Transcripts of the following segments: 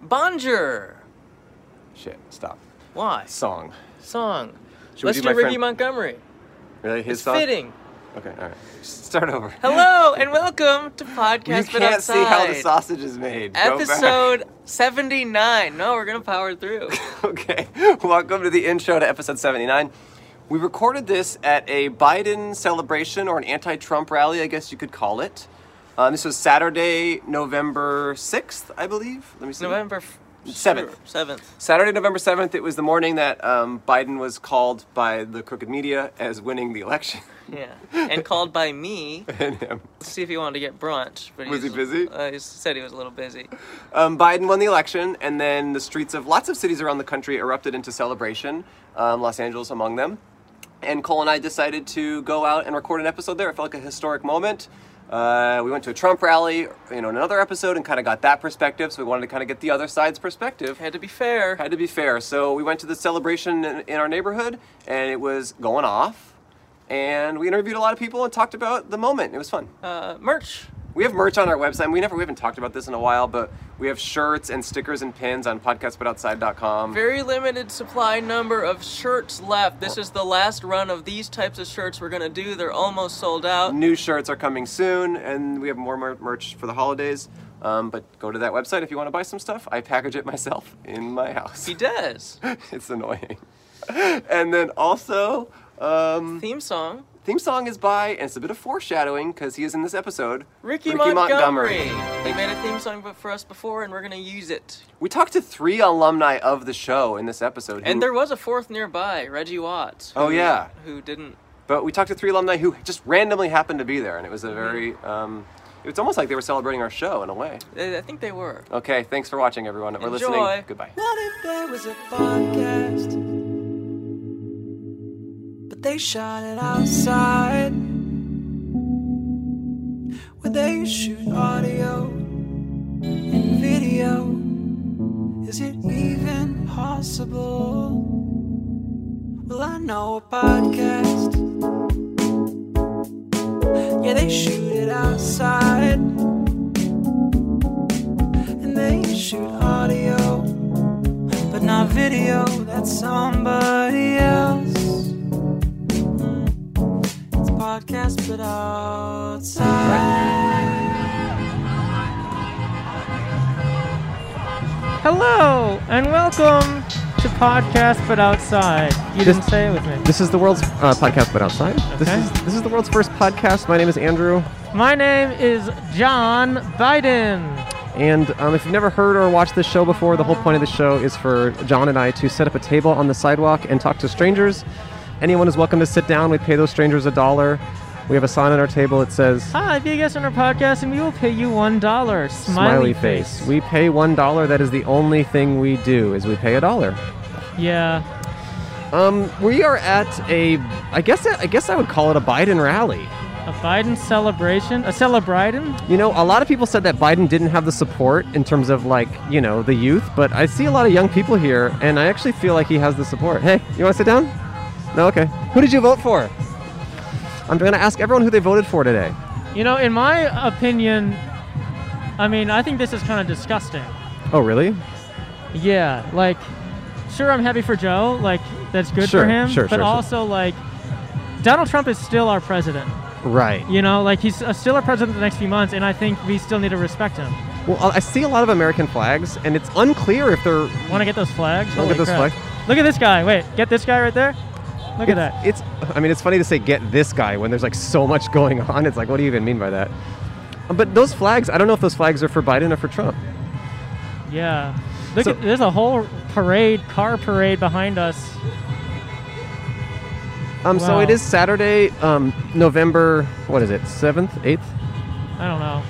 Bonjour. Shit, stop. Why? Song. Song. Should we Let's do do my Ricky friend- Montgomery. Really? His it's song? fitting. Okay, all right. Start over. Hello and welcome to You Podcast But can't see how the Outside. sausage is made. Go back. Episode 79. No, we're going to power through. Okay, welcome to the intro to episode 79. We recorded this at a Biden celebration or an anti Trump rally, I guess you could call it. Um, this was Saturday, November 6th, I believe. Let me see. November f- Seventh. sure, 7th. Saturday, November 7th, it was the morning that um, Biden was called by the crooked media as winning the election. Yeah. And called by me And, um, to see if he wanted to get brunch. But Was he's- he busy? Uh, he said he was a little busy. Um, Biden won the election, and then the streets of lots of cities around the country erupted into celebration, um, Los Angeles among them. And Cole and I decided to go out and record an episode there. It felt like a historic moment. Uh, we went to a Trump rally, you know, in another episode, and kind of got that perspective. So we wanted to kind of get the other side's perspective. Had to be fair. Had to be fair. So we went to the celebration in, in our neighborhood, and it was going off. And we interviewed a lot of people and talked about the moment. It was fun. Uh, merch. We have merch on our website. and We never we haven't talked about this in a while, but we have shirts and stickers and pins on podcastbutoutside.com. Very limited supply number of shirts left. This is the last run of these types of shirts we're going to do. They're almost sold out. New shirts are coming soon, and we have more mer- merch for the holidays. Um, but go to that website if you want to buy some stuff. I package it myself in my house. He does. it's annoying. and then also, um, Theme song. theme song is by, and it's a bit of foreshadowing because he is in this episode. Ricky, Montgomery. Montgomery. They made a theme song for us before, and we're gonna use it. We talked to three alumni of the show in this episode. who- And there was a fourth nearby, Reggie Watts. Oh, who- yeah. who didn't? But we talked to three alumni who just randomly happened to be there, and it was a very, um, it's almost like they were celebrating our show in a way. I I think they were. Okay, thanks for watching, everyone. We're Enjoy. listening. Goodbye. Not if there was a podcast. But they shot it outside. Where they shoot audio and video. Is it even possible? Well, I know a podcast. Yeah, they shoot it outside. And they shoot audio but not video. That's somebody else. It's podcast, but outside. Hello and welcome to podcast, but outside. You This- didn't say it with me. This is the world's uh, podcast, but outside. This Okay. is this is the world's first podcast. My name is Andrew, My name is John Biden. and um, if you've never heard or watched this show before, the whole point of the show is for John and I to set up a table on the sidewalk and talk to strangers. Anyone is welcome to sit down. We pay those strangers a dollar. We have a sign on our table. It says. Hi, if you guest on our podcast, and we will pay you one dollar. Smiley face. We pay one dollar. That is the only thing we do is we pay a dollar. yeah, Um, we are at a, I guess I guess I would call it a Biden rally. a Biden celebration, a celebridin. You know, a lot of people said that Biden didn't have the support in terms of like you know the youth, but I see a lot of young people here, and I actually feel like he has the support. Hey, you want to sit down? No, okay. Who did you vote for? I'm gonna ask everyone who they voted for today. You know, in my opinion, I mean, I think this is kind of disgusting. Oh, really? Yeah, like, sure, I'm happy for Joe. Like, that's good Sure, for him. sure, but sure, sure. also, like, Donald Trump is still our president. Right. You know, like he's uh, still our president the next few months, and I think we still need to respect him. Well, I I see a lot of American flags, and it's unclear if they're Want to get those flags? Wanna Holy get those crap. flags? Look at this guy. Wait, get this guy right there. Look at it's, that. It's. I mean, it's funny to say "get this guy" when there's like so much going on. It's like, what do you even mean by that? Um, But those flags, I don't know if those flags are for Biden or for Trump. Yeah. Look, So- at, there's a whole parade, car parade behind us. Um, so Wow. it is Saturday, um, November. What is it? Seventh, eighth. I don't know.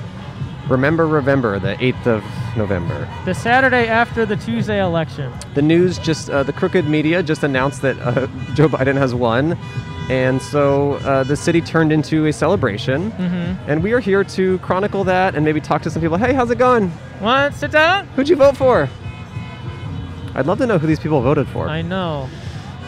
Remember, remember the eighth of November. The Saturday after the Tuesday election. The news just uh, the crooked media just announced that uh, Joe Biden has won, and so uh, the city turned into a celebration. Mm-hmm. And we are here to chronicle that and maybe talk to some people. Hey, how's it going? Want sit down? Who'd you vote for? I'd love to know who these people voted for. I know.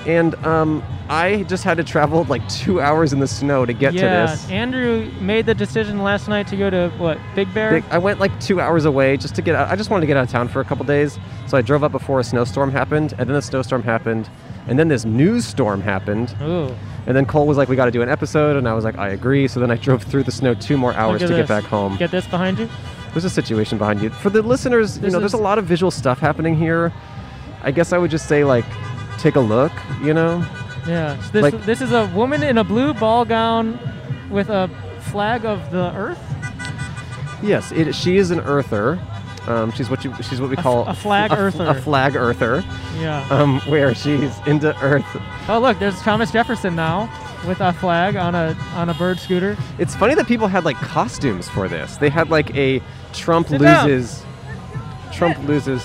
and um, I just had to travel like two hours in the snow to get yeah, to this. Andrew made the decision last night to go to what Big Bear. They- I went like two hours away just to get out. I just wanted to get out of town for a couple days. So I drove up before a snowstorm happened, and then the snowstorm happened, and then this news storm happened. Ooh, And then Cole was like, we got to do an episode. And I was like, I agree. So then I drove through the snow two more hours look to at get this. back home. Get this behind you. There's a situation behind you. For the listeners, you This know, there's is- a lot of visual stuff happening here. I guess I would just say, like, take a look, you know? Yeah. So this Like- this is a woman in a blue ball gown with a flag of the earth. Yes, it, she is an earther. Um, she's what you, she's what we A f- call a flag f- earther. A flag earther, Yeah. um, where she's into earth oh look, there's Thomas Jefferson now with a flag on a on a bird scooter. It's funny that people had like costumes for this. They had like a Trump Sit down. loses. Trump loses.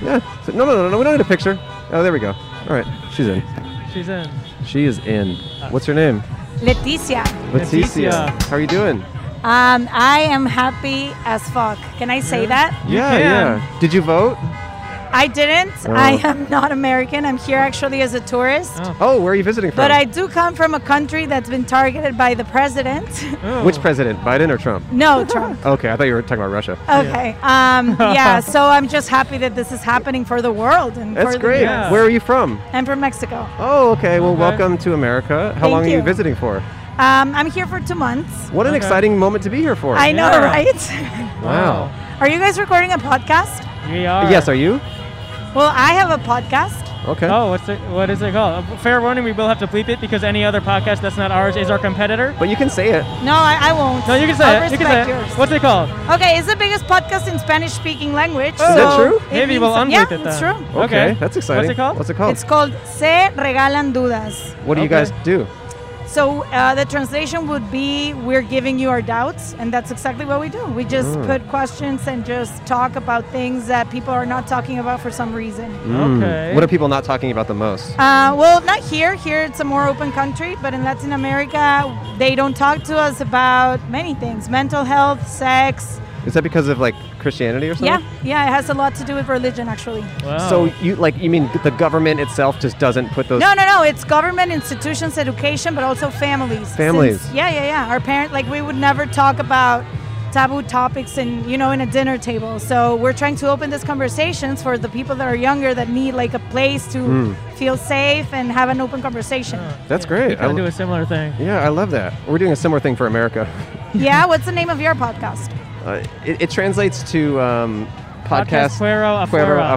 Yeah. So- no, no, no, no. We don't need a picture. Oh, there we go. All right. She's in. She's in. She is in. What's her name? Leticia. Leticia. Leticia. How are you doing? Um, I am happy as fuck. Can I say that? yeah, can. yeah. Did you vote? I didn't. Oh. I am not American. I'm here actually as a tourist. Oh. Oh, where are you visiting from? But I do come from a country that's been targeted by the president. Ooh. Which president? Biden or Trump? no, Trump. Okay, I thought you were talking about Russia. Okay. Um, yeah, so I'm just happy that this is happening for the world. And That's for great. The, Yeah. Where are you from? I'm from Mexico. Oh, okay. Well, Okay. welcome to America. How Thank long are you you. visiting for? Um, I'm here for two months. What an Okay. exciting moment to be here for. I know, Yeah. right? Wow. Are you guys recording a podcast? We are. Yes, are you? Well, I have a podcast. Okay. Oh, what's it, what is it called? Uh, Fair warning, we will have to bleep it because any other podcast that's not ours is our competitor. But you can say it. No, I, I won't. No, you can say I'll it. You can say respect it. yours. What's it called? Okay, it's the biggest podcast in Spanish-speaking language. Oh. Is that true? Oh. it Maybe means- we'll unbleep yeah, it then. it's true. Okay, Okay. that's exciting. What's it called? What's it called? It's called Se Regalan Dudas. what do you Okay. guys do? So uh, the translation would be We're giving you our doubts, and that's exactly what we do. We just Mm. put questions and just talk about things that people are not talking about for some reason. Okay. Hmm. What are people not talking about the most? Uh, well, not here. Here it's a more open country, but in Latin America, they don't talk to us about many things mental health, sex. Is that because of like Christianity or something? Yeah, yeah, it has a lot to do with religion, actually. Wow. So you like you mean the government itself just doesn't put those No, no, no. It's government institutions, education, but also families. Families. Since- yeah, yeah, yeah. Our parent, like, we would never talk about taboo topics in, you know, in a dinner table. So we're trying to open these conversations for the people that are younger that need like a place to Hmm. feel safe and have an open conversation. Ah. That's great. We I can lo- do a similar thing. Yeah, I love that. We're doing a similar thing for America. yeah. What's the name of your podcast? Uh, it, it translates to um, podcast, Podcast fuera, fuera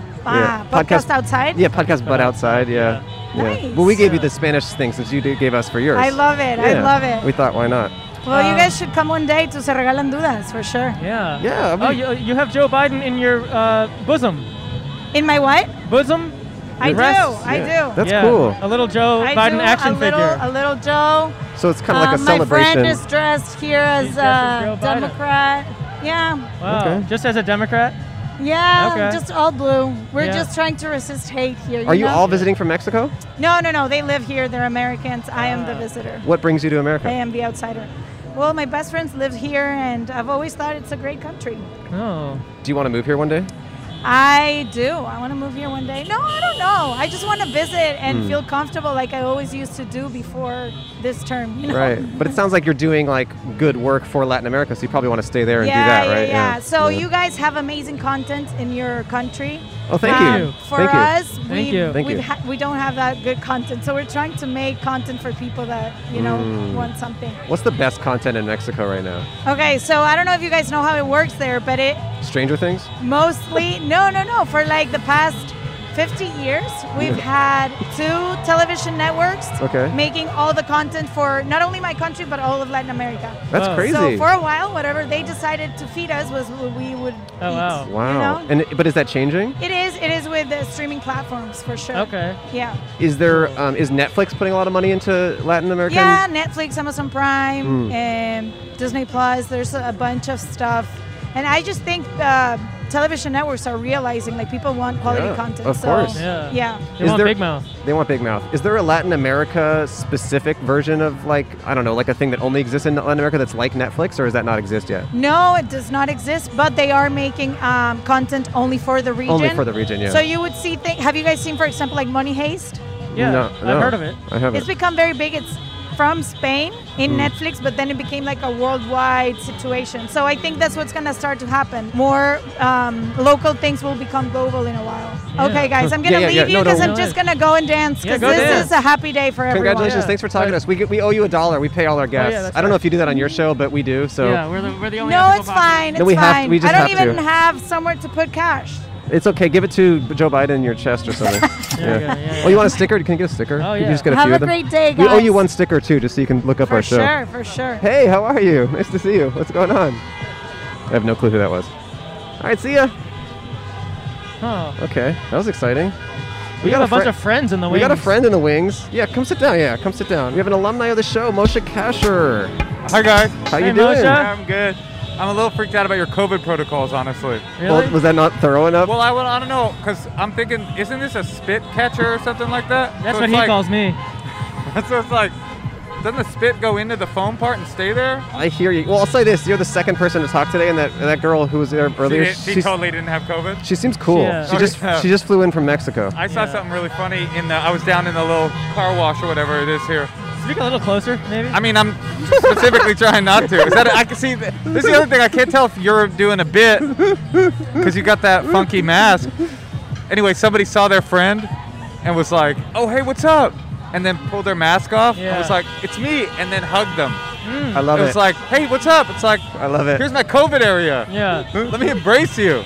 afuera. Ah, podcast outside? Yeah, podcast but outside. Yeah. yeah. Nice. Well, we gave you the Spanish thing since you did, gave us for yours. I love it. I Yeah. love it. We thought, why not? well, you Uh, guys should come one day to Se Regalan Dudas for sure. Yeah. Yeah, I oh, mean- you, you have Joe Biden in your uh, bosom. In my what? Bosom? I do. Breasts? I Yeah. do. That's Yeah, cool. A little Joe I Biden do action a little, figure. a little Joe. So it's kind of like a Uh, My celebration. friend is dressed here as He's dressed a as Joe Biden. Democrat. Yeah. wow. Okay. Just as a Democrat? Yeah, Okay. just all blue. We're Yeah. just trying to resist hate here. Are you know? all visiting from Mexico? No, no, no. They live here. They're Americans. I am Ah. the visitor. What brings you to America? I am the outsider. Well, my best friends live here, and I've always thought it's a great country. Oh. Do you want to move here one day? I do. I want to move here one day. No, I don't know. I just want to visit Hmm. and feel comfortable like I always used to do before this term. You know? Right. But it sounds like you're doing like good work for Latin America, so you probably want to stay there and do that, yeah, right? Yeah, So Yeah. you guys have amazing content in your country. Oh, thank Um, you. For thank you. us, Thank we, you. Thank we, you. Ha- we don't have that good content. So we're trying to make content for people that, you know, Mm. want something. What's the best content in Mexico right now? Okay, so I don't know if you guys know how it works there, but it Stranger Things? mostly, no, no, no, for like the past 50 years, we've had two television networks Okay. making all the content for not only my country, but all of Latin America. That's Wow. crazy. Oh. So for a while, whatever they decided to feed us was what we would Oh, eat. wow. wow. You know? And but is that changing? It is. It is with the streaming platforms for sure. Okay. Yeah. Is there um, is Netflix putting a lot of money into Latin American? Hmm. Yeah. Netflix, Amazon Prime, um, Disney Plus. There's a bunch of stuff, and I just think uh, television networks are realizing like people want quality Yeah, content. of so, course. Yeah. Yeah. They Is want there- Big Mouth. They want Big Mouth. Is there a Latin America specific version of like I don't know, like a thing that only exists in Latin America that's like Netflix, or does that not exist yet? No, it does not exist, but they are making um, content only for the region. Only for the region, yeah. So you would see. Th- have you guys seen, for example, like Money Heist? Yeah, No, I've no, heard of it. I haven't. It's become very big. It's from Spain in Mm. Netflix, but then it became like a worldwide situation. So I think that's what's going to start to happen. More um, local things will become global in a while. Yeah. Okay, guys, I'm going to Yeah, yeah, leave yeah. you No, no, because no. I'm just going to go and dance Yeah, because go this dance. is a happy day for everyone. Congratulations! Yeah. Thanks for talking to us. We get, we owe you a dollar. We pay all our guests. Oh, that's I don't know right. if you do that on your show, but we do. So yeah, we're the, we're the only. No, ethical it's podcast. fine. It's we have- fine. we just I don't have to. even have somewhere to put cash. it's okay. Give it to Joe Biden in your chest or something. Yeah, yeah, yeah, yeah. Oh, you want a sticker? Can you get a sticker? Oh, Can yeah. you just get a Have few a of them? great day, We owe guys. you one sticker too, just so you can look up For our show. sure, for sure. Hey, how are you? Nice to see you. What's going on? I have no clue who that was. All right, see ya. Huh. Okay, that was exciting. We, got, a bunch fri- of friends in the We got a wings. friend in the wings. Yeah, come sit down. Yeah, come sit down. We have an alumni of the show, Moshe Kasher. Hi guys. How Hey, you doing? Moshe. Hi, I'm good. I'm a little freaked out about your COVID protocols, honestly. Really? Well, was that not thorough enough? Well, I, would- I don't know, because I'm thinking, isn't this a spit catcher or something like that? That's So what it's he like- calls me. So it's like, doesn't the spit go into the foam part and stay there? I hear you. Well, I'll say this: you're the second person to talk today, and that and that girl who was there earlier, She, she she's- totally didn't have COVID. she seems cool. Yeah. She just Okay. she just flew in from Mexico. I saw Yeah. something really funny in the. I was down in the little car wash or whatever it is here. Speak a little closer, maybe. I mean, I'm specifically trying not to. Is that I can see. This is the other thing. I can't tell if you're doing a bit because you got that funky mask. Anyway, somebody saw their friend and was like, "Oh, hey, what's up?" And then pulled their mask off. I Yeah. was like, "It's me," and then hugged them. Mm. I love it it. was like, "Hey, what's up?" It's like, I love it. "Here's my COVID area. yeah. Let me embrace you."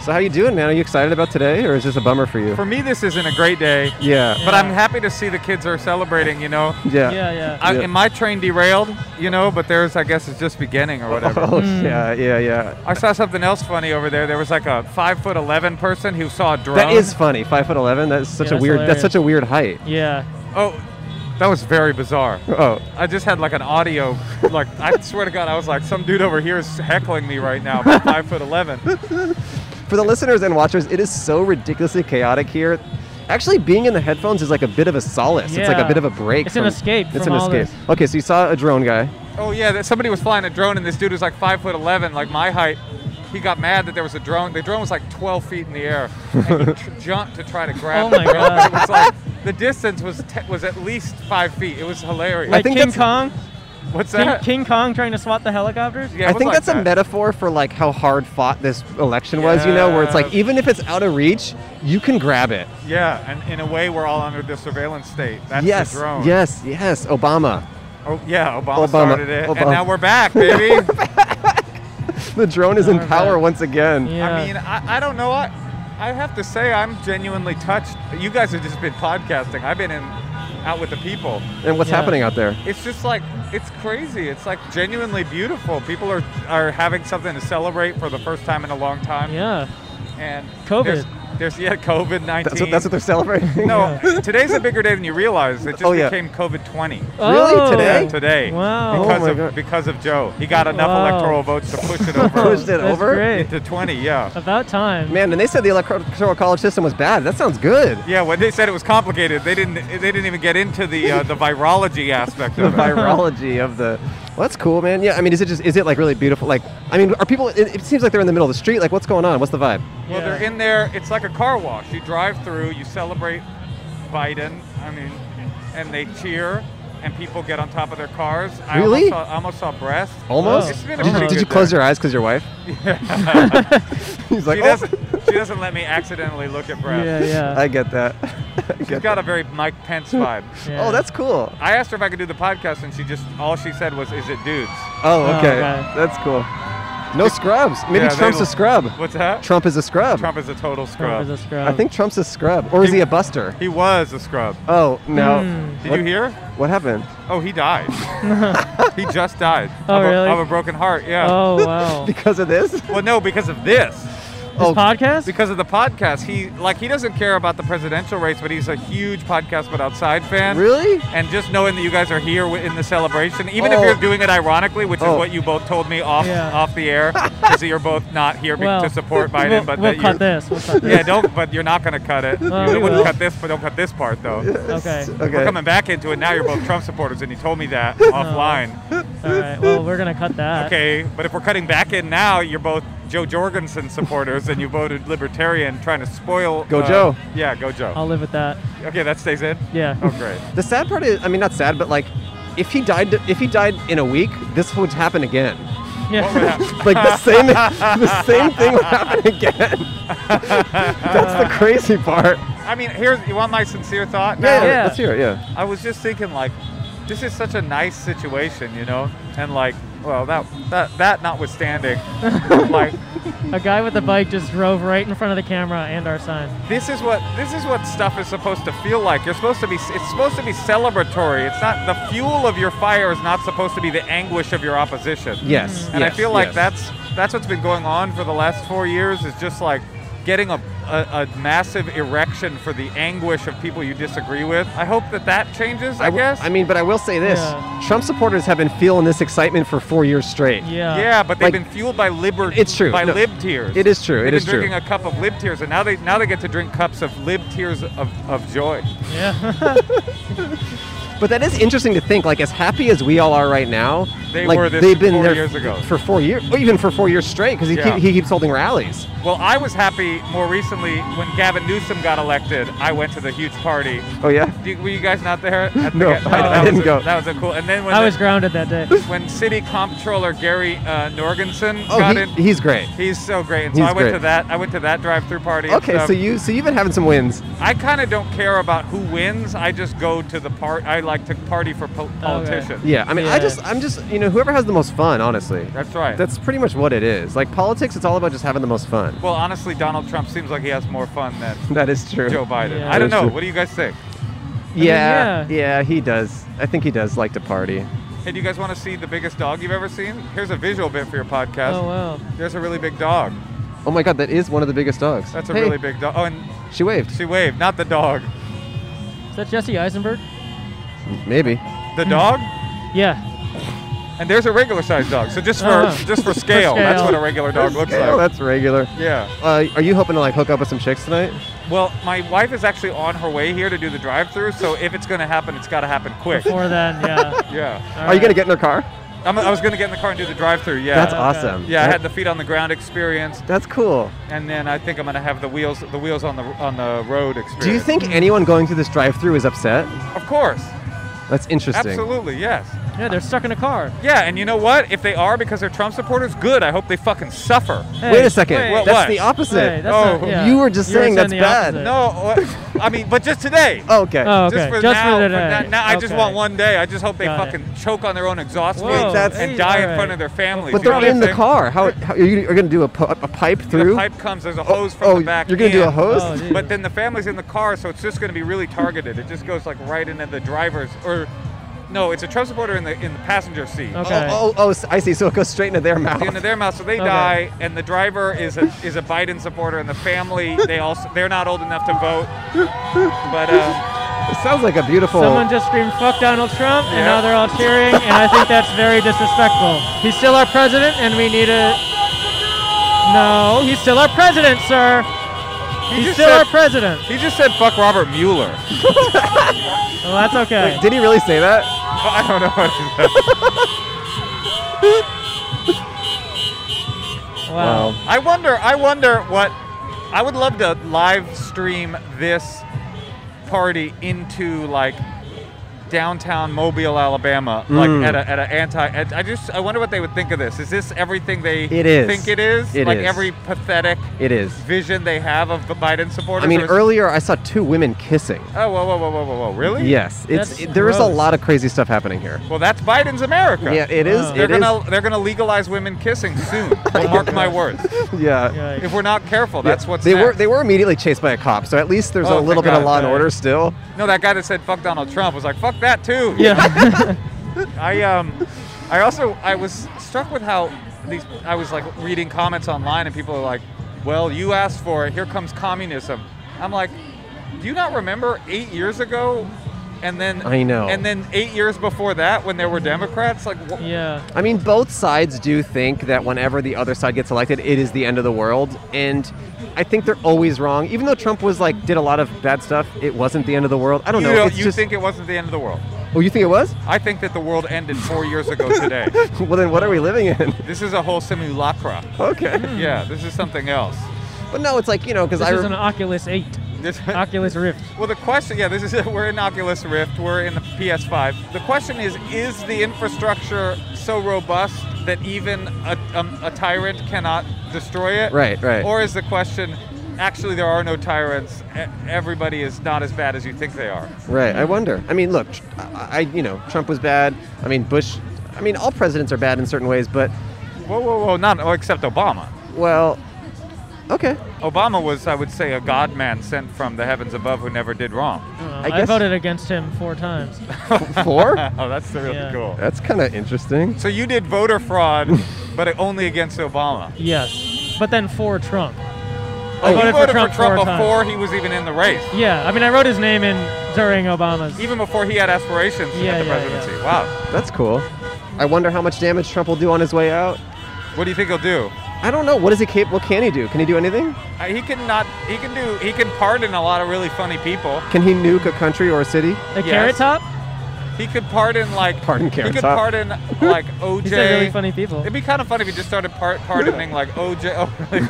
So how you doing, man? Are you excited about today, or is this a bummer for you? For me, this isn't a great day, yeah. but I'm happy to see the kids are celebrating. You know, Yeah. Yeah, yeah. I, Yeah. and my train derailed. You know, but there's, I guess, it's just beginning or whatever. Oh Hmm. yeah, yeah, yeah. I saw something else funny over there. There was like a five foot eleven person who saw a drone. That is funny. Five foot eleven. That's such a Yeah, that's weird. That's hilarious. such a weird height. Yeah. Oh, that was very bizarre. Oh, I just had like an audio. Like I swear to God, I was like, some dude over here is heckling me right now. about Five foot eleven. for the listeners and watchers, it is so ridiculously chaotic here. Actually, being in the headphones is like a bit of a solace. It's like a Yeah. bit of a break. It's an from- escape It's from an all escape. this. Okay, so you saw a drone guy. Oh yeah, that somebody was flying a drone and this dude was like five foot eleven, like my height. He got mad that there was a drone. The drone was like twelve feet in the air, and he tr- jumped to try to grab Oh the my drone. God. It was like the distance was te- was at least five feet. It was hilarious. Like think King that's- Kong. What's King, that? King Kong trying to swat the helicopters. Yeah, it I was think like that's a that. metaphor for like how hard fought this election was, you know, where it's like Yes. even if it's out of reach, you can grab it. Yeah, and in a way, we're all under the surveillance state. That's yes, the drone. yes, yes, Obama. Oh, yeah, Obama, Obama, started it, Obama. and now we're back, baby. The drone is in Alright. power once again. Yeah. I mean, I, I don't know. I, I have to say, I'm genuinely touched. You guys have just been podcasting. I've been in, out with the people. And what's Yeah. happening out there? It's just like it's crazy. It's like genuinely beautiful. People are are having something to celebrate for the first time in a long time. Yeah. And COVID. There's, there's yeah, COVID nineteen. That's what, that's what they're celebrating. no, today's a bigger day than you realize. It just Oh, yeah. became COVID twenty. Really? Oh. Today? Yeah, today. Wow. Oh Because my of God. because of Joe. He got enough Wow. electoral votes to push it over Pushed it That's over? Great. to 20. Yeah. About time. Man, and they said the electoral college system was bad. That sounds good. Yeah. When they said it was complicated, they didn't they didn't even get into the uh, the virology aspect The of it. virology of the. Well, that's cool, man. Yeah, I mean, is it just is it like really beautiful? Like, I mean, are people? It, it seems like they're in the middle of the street. Like, what's going on? What's the vibe? Well, Yeah. they're in there. It's like a car wash. You drive through. You celebrate Biden. I mean, and they cheer. And people get on top of their cars. I almost Really? saw, I almost saw breasts. Almost. It's been a Did, you- pretty did you good close day. your eyes because your wife? He's like, She "Oh." doesn't. She doesn't let me accidentally look at breasts. Yeah, yeah. I get that. I She's get got that. a very Mike Pence vibe. yeah. Oh, that's cool. I asked her if I could do the podcast, and she just all she said was, "Is it dudes?" Oh, Oh, okay. okay. That's cool. No scrubs. Maybe Yeah, they Trump's will- a scrub. What's that? Trump is a scrub. Trump is a total Trump scrub. is a scrub. I think Trump's a scrub, or is He- he a buster? he was a scrub. Oh no. Did What, you hear? what happened? Oh, he died. he just died. Oh, of a, really? Of a broken heart. Yeah. Oh wow. This Because of this? Well, no, because of this. oh, podcast? Because of the podcast. He like he doesn't care about the presidential race, but he's a huge podcast but outside fan. really? And just knowing that you guys are here wi- in the celebration, even Oh. if you're doing it ironically, which Oh. is what you both told me off Yeah. off the air, is that you're both not here be- Well, to support Biden, we'll, but we'll that cut you this. We'll cut this. yeah, don't. But you're not gonna cut it. Well, you we wouldn't will. cut this, but don't cut this part though. Oh, Okay. We're Okay. coming back into it now. You're both Trump supporters, and you told me that offline. All right. Well, we're gonna cut that. Okay, but if we're cutting back in now, you're both Joe Jorgensen supporters and you voted libertarian, trying to spoil. uh, Go Joe. Yeah, go Joe. I'll live with that. okay, that stays in. Yeah. Oh, great. The sad part is, I mean, not sad, but like, if he died, if he died in a week, this would happen again. What would Yeah. happen? Like the same, the same thing would happen again. That's the crazy part. I mean, here's you want my sincere thought. Yeah, now? Yeah. let's hear it. Yeah. I was just thinking like, this is such a nice situation, you know, and like, well, that that that notwithstanding, like, a guy with a bike just drove right in front of the camera and our sign. this is what this is what stuff is supposed to feel like. You're supposed to be it's supposed to be celebratory. It's not the fuel of your fire is not supposed to be the anguish of your opposition. Yes. And I yes, feel like yes. that's that's what's been going on for the last four years is just like getting a, a, a massive erection for the anguish of people you disagree with. I hope that that changes. I, I w- guess. I mean, but I will say this: Yeah. Trump supporters have been feeling this excitement for four years straight. Yeah. yeah, but they've like- been fueled by liber- It's true. by No. lib tears. It is true. It They've is been true. drinking a cup of lib tears, and now they now they get to drink cups of lib tears of, of joy. Yeah. But that is interesting to think. Like, as happy as we all are right now, They like, were this they've been four there years ago. for four years, or even for four years straight, because he, Yeah. keep, he keeps holding rallies. Well, I was happy more recently when Gavin Newsom got elected. I went to the huge party. Oh yeah. Do you- were you guys not there? at the No, ga- I- I that was didn't a- go. That was a cool. And then when I the- was grounded that day. when City Comptroller Gary uh, Norgenson Oh, got he- in. he's great. He's so great, and so He's I went great. to that. I went to that drive-through party. and Okay, stuff. so you so you've been having some wins. I kind of don't care about who wins. I just go to the part. I like to party for po- politicians. Yeah, I mean, I Yeah. just I'm just you know whoever has the most fun, honestly. that's right. That's pretty much what it is. Like politics, it's all about just having the most fun. well, honestly, Donald Trump seems like he has more fun than That is true. Joe Biden. Yeah. I don't That is know. true. What do you guys think? Yeah, yeah. yeah, he does. I think he does like to party. Hey, do you guys want to see the biggest dog you've ever seen? Here's a visual bit for your podcast. Oh wow. There's a really big dog. Oh my God, that is one of the biggest dogs. That's a Hey, really big dog. Oh, and She waved. she waved. Not the dog. Is that Jesse Eisenberg? Maybe. The dog. Yeah. And there's a regular sized dog. So just for Uh-huh. just for scale, that's scale. what a regular dog looks Oh, like. that's regular. Yeah. Uh, are you hoping to like hook up with some chicks tonight? Well, my wife is actually on her way here to do the drive-through, so if it's gonna happen, it's gotta happen quick. Before then, yeah. Yeah. are you gonna get in her car? I'm, I was gonna get in the car and do the drive-through. Yeah. That's okay. awesome. Yeah, I That- had the feet on the ground experience, That's cool. and then I think I'm gonna have the wheels the wheels on the on the road experience. Do you think anyone going through this drive-through is upset? Of course. That's interesting. Absolutely. Yes. Yeah, they're stuck in a car. Yeah, and you know what? If they are because they're Trump supporters, good. I hope they fucking suffer. Wait a second. wait, What- that's what? the opposite. Hey, that's Oh, not- yeah. You were just saying that's the bad. opposite. No, what- I mean, but just today. Oh, okay. Oh, okay. Just for now, that- now I just Okay. want one day. I just hope they Got it. fucking choke on their own exhaust Whoa, fumes that's- and hey, die in alright. front of their families. But You know they're what I'm in the saying? car. How, how are you are gonna do a, pu- a pipe through? The pipe comes. There's a hose from oh, the back. you're gonna do in, a hose? Oh, dude. But then the family's in the car, so it's just gonna be really targeted. It just goes like right into the driver's or no, it's a Trump supporter in the in the passenger seat. Okay. Oh, oh, oh, s- I see. So it goes straight into their mouth. Into their mouth, so they Okay. die, and the driver is a is a Biden supporter, and the family they also they're not old enough to vote, but uh, It sounds like a beautiful. Someone just screamed "fuck Donald Trump" and Yeah. now they're all cheering, and I think that's very disrespectful. He's still our president, and we need a. No, he's still our president, sir. He's just still said- our president. he just said fuck Robert Mueller. Well, that's okay. Did he really say that? I don't know what he said. wow. I wonder. I wonder what. I would love to live stream this party into like downtown Mobile, Alabama, like at a at a anti. At, I just I wonder what they would think of this. Is this everything they It is. think it is? It like is. every pathetic It is. vision they have of the Biden supporters. I mean, or is- earlier I saw two women kissing. Oh, whoa, whoa, whoa, whoa, whoa, whoa! Really? Yes, it's That's it, there is a gross. lot of crazy stuff happening here. Well, that's Biden's America. Yeah, it is. Wow. They're It is. gonna they're gonna legalize women kissing soon. Well, mark my words. yeah. Yikes. If we're not careful, that's what's They were next. they were immediately chased by a cop, so at least there's Oh, a thank little bit of God. law and Yeah. order still. No, that guy that said fuck Donald Trump was like, fuck that too. Yeah. I um, I also I was struck with how these I was like reading comments online and people are like, well, you asked for it. Here comes communism. I'm like, do you not remember eight years ago? And then I know. And then eight years before that, when there were Democrats, like wh- yeah. I mean, both sides do think that whenever the other side gets elected, it is the end of the world, and I think they're always wrong. Even though Trump was like did a lot of bad stuff, it wasn't the end of the world. I don't you, know. don't- it's you just think it wasn't the end of the world? Oh, you think it was? I think that the world ended four years ago today. well, then what are we living in? This is a whole simulacra. okay. Yeah, this is something else. But no, it's like, you know, because This I. is re- an Oculus 8. This, Oculus Rift. well, the question, yeah, this is we're in Oculus Rift, we're in the PS5. The question is, is the infrastructure so robust that even a, um, a tyrant cannot destroy it? Right, right. Or is the question, actually, there are no tyrants? e- Everybody is not as bad as you think they are. Right. I wonder. I mean, look, tr- I, I you know, Trump was bad. I mean, Bush. I mean, all presidents are bad in certain ways, but Whoa, whoa, whoa! Not oh, except Obama. well, okay. Obama was, I would say, a god man sent from the heavens above who never did wrong. I Uh, I, guess- voted against him four times. Four. Oh, that's really Yeah. cool. That's kind of interesting. So you did voter fraud, but only against Obama. yes. But then for Trump. I you voted, for Trump, four times. before he was even in the race, Yeah, I mean, I wrote his name in during Obama's. even before he had aspirations Yeah, at the yeah, presidency. yeah. Wow. That's cool. I wonder how much damage Trump will do on his way out. What do you think he'll do? I don't know. What is he capable? Can he do? Can he do anything? Uh, he can not. He can do. He can pardon a lot of really funny people. Can he nuke a country or a city? the Carrot yes. Top? He could pardon like. Pardon He Carrot could Top. pardon like OJ. He said really funny people. It'd be kind of funny if he just started par- pardoning like OJ. Oh, really?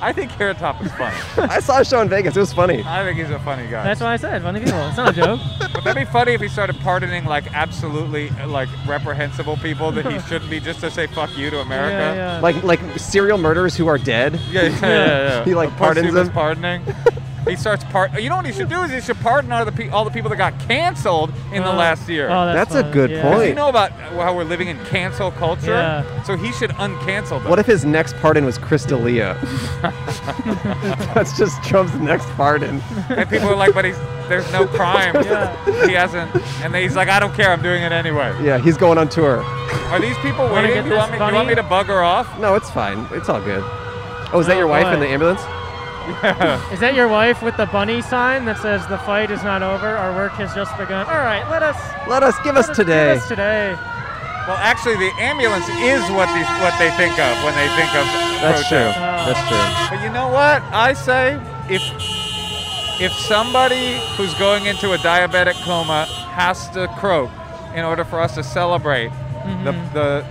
I think Carrot Top is funny. I saw a show in Vegas. It was funny. I think he's a funny guy. That's what I said, funny people. It's not a joke. But that'd be funny if he started pardoning like absolutely uh, like reprehensible people that he shouldn't be just to say fuck you to America. yeah, yeah. Like like serial murderers who are dead. Yeah, yeah, yeah. yeah. He, like, A pardons posthumous them. Pardoning. he starts part. You know what he should do is he should pardon all the pe- all the people that got canceled in the Oh. last year. Oh, that's, That's a fun. good yeah. point. you know about how we're living in cancel culture. Yeah. So he should uncancel them. What if his next pardon was Crystalia? That's just Trump's next pardon. and people are like, but he's there's no crime. Yeah. He hasn't. And then he's like, I don't care. I'm doing it anyway. Yeah, he's going on tour. Are these people Wanna waiting? get Do you, want me, this do you want me funny? to bug her off? No, it's fine. It's all good. Oh, is that Oh, your wife boy. in the ambulance? Is that your wife with the bunny sign that says the fight is not over, our work has just begun? All right, let us. Let us give us let us do today. this today. Well, actually, the ambulance is what these what they think of when they think of. That's true. protests. That's true. But you know what? I say if if somebody who's going into a diabetic coma has to croak in order for us to celebrate Mm-hmm. the,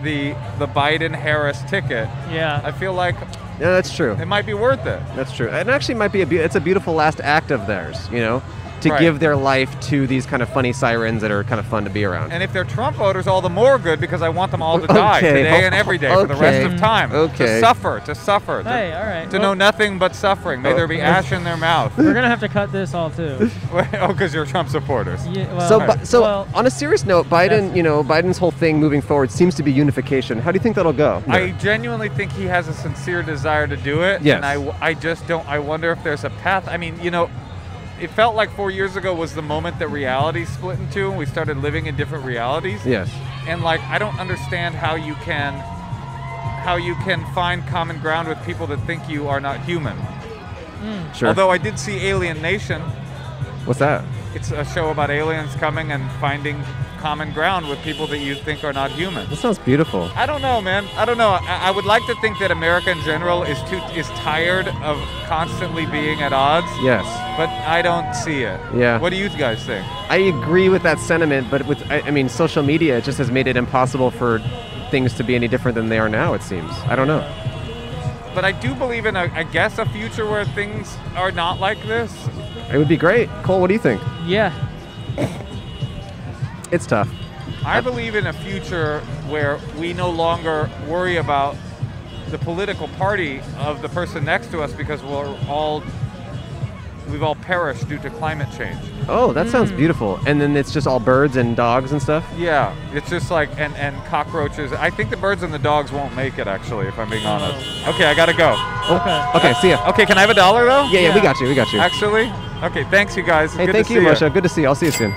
the the the Biden Harris ticket, I Yeah. feel like Yeah, that's true. it might be worth it. That's true. And actually, might be a be- it's a beautiful last act of theirs. You know, to Right. give their life to these kind of funny sirens that are kind of fun to be around. And if they're Trump voters, all the more good because I want them all to die Okay. today and every day for the Okay. rest of time. Okay. To suffer, to suffer, to, Hey, all right. to know Well, nothing but suffering. May there be ash in their mouth. We're going to have to cut this all too. oh, because you're Trump supporters. Yeah, well, so, Bi- so well, on a serious note, Biden, That's- you know, Biden's whole thing moving forward seems to be unification. How do you think that'll go? I genuinely think he has a sincere desire to do it. Yes. And I, I just don't, I wonder if there's a path. I mean, you know, it felt like four years ago was the moment that reality split in two and we started living in different realities. Yes. And like, I don't understand how you can, how you can find common ground with people that think you are not human. Sure. Although I did see Alien Nation. What's that? It's a show about aliens coming and finding common ground with people that you think are not human. That sounds beautiful. I don't know, man. I don't know. I, I would like to think that America in general is too is tired of constantly being at odds. Yes. But I don't see it. Yeah. What do you guys think? I agree with that sentiment, but with I, I mean, social media just has made it impossible for things to be any different than they are now. It seems. I don't know. But I do believe in, a, I guess, a future where things are not like this. It would be great, Cole. What do you think? yeah. It's tough. I believe in a future where we no longer worry about the political party of the person next to us because we're all we've all perished due to climate change. Oh, that sounds Hmm. beautiful. And then it's just all birds and dogs and stuff. Yeah, it's just like and and cockroaches. I think the birds and the dogs won't make it actually, if I'm being honest. Okay, I gotta go. Okay. Okay, see ya. Okay, can I have a dollar though? Yeah, yeah, we Yeah. got you. We got you. Actually, okay. Thanks, you guys. hey, Good thank to you, see ya. Moshe. Good to see you. I'll see you soon.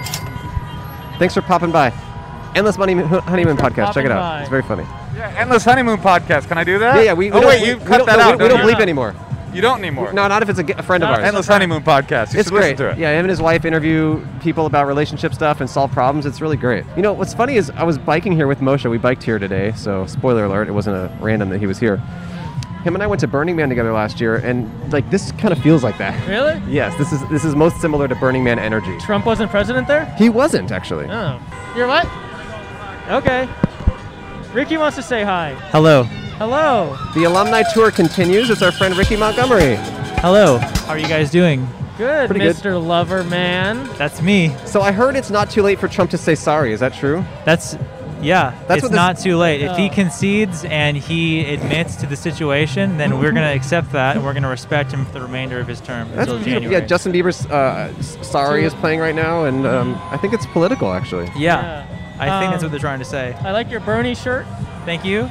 Thanks for popping by. Endless Money Honeymoon podcast. Check it popping out. by. It's very funny. Yeah, endless honeymoon podcast. Can I do that? Yeah, yeah. We, we oh don't, wait, we- you we cut don't- that no, out. we- We, don't don't you? bleep anymore. You don't anymore. No, not if it's a, g- a friend of Not ours. endless honeymoon podcast. You should it's great. Listen to it. Yeah, him and his wife interview people about relationship stuff and solve problems. It's really great. You know, what's funny is I was biking here with Moshe. We biked here today, so spoiler alert, it wasn't a random that he was here. Him and I went to Burning Man together last year, and like this kind of feels like that. Really? Yes, this is this is most similar to Burning Man energy. Trump wasn't president there? He wasn't actually. Oh. You're what? Okay. Ricky wants to say hi. Hello. Hello. The alumni tour continues. It's our friend Ricky Montgomery. Hello. How are you guys doing? Good, Pretty good. Mr. Lover Man. That's me. So I heard it's not too late for Trump to say sorry. Is that true? That's yeah. That's what it's this- not too late. If he Oh. concedes and he admits to the situation, then we're gonna accept that and we're gonna respect him for the remainder of his term until January. Yeah, Justin Bieber's uh, s- "Sorry" is playing right now, and um, I think it's political actually. Yeah. Yeah. I think that's Um, what they're trying to say. I like your Bernie shirt. Thank you.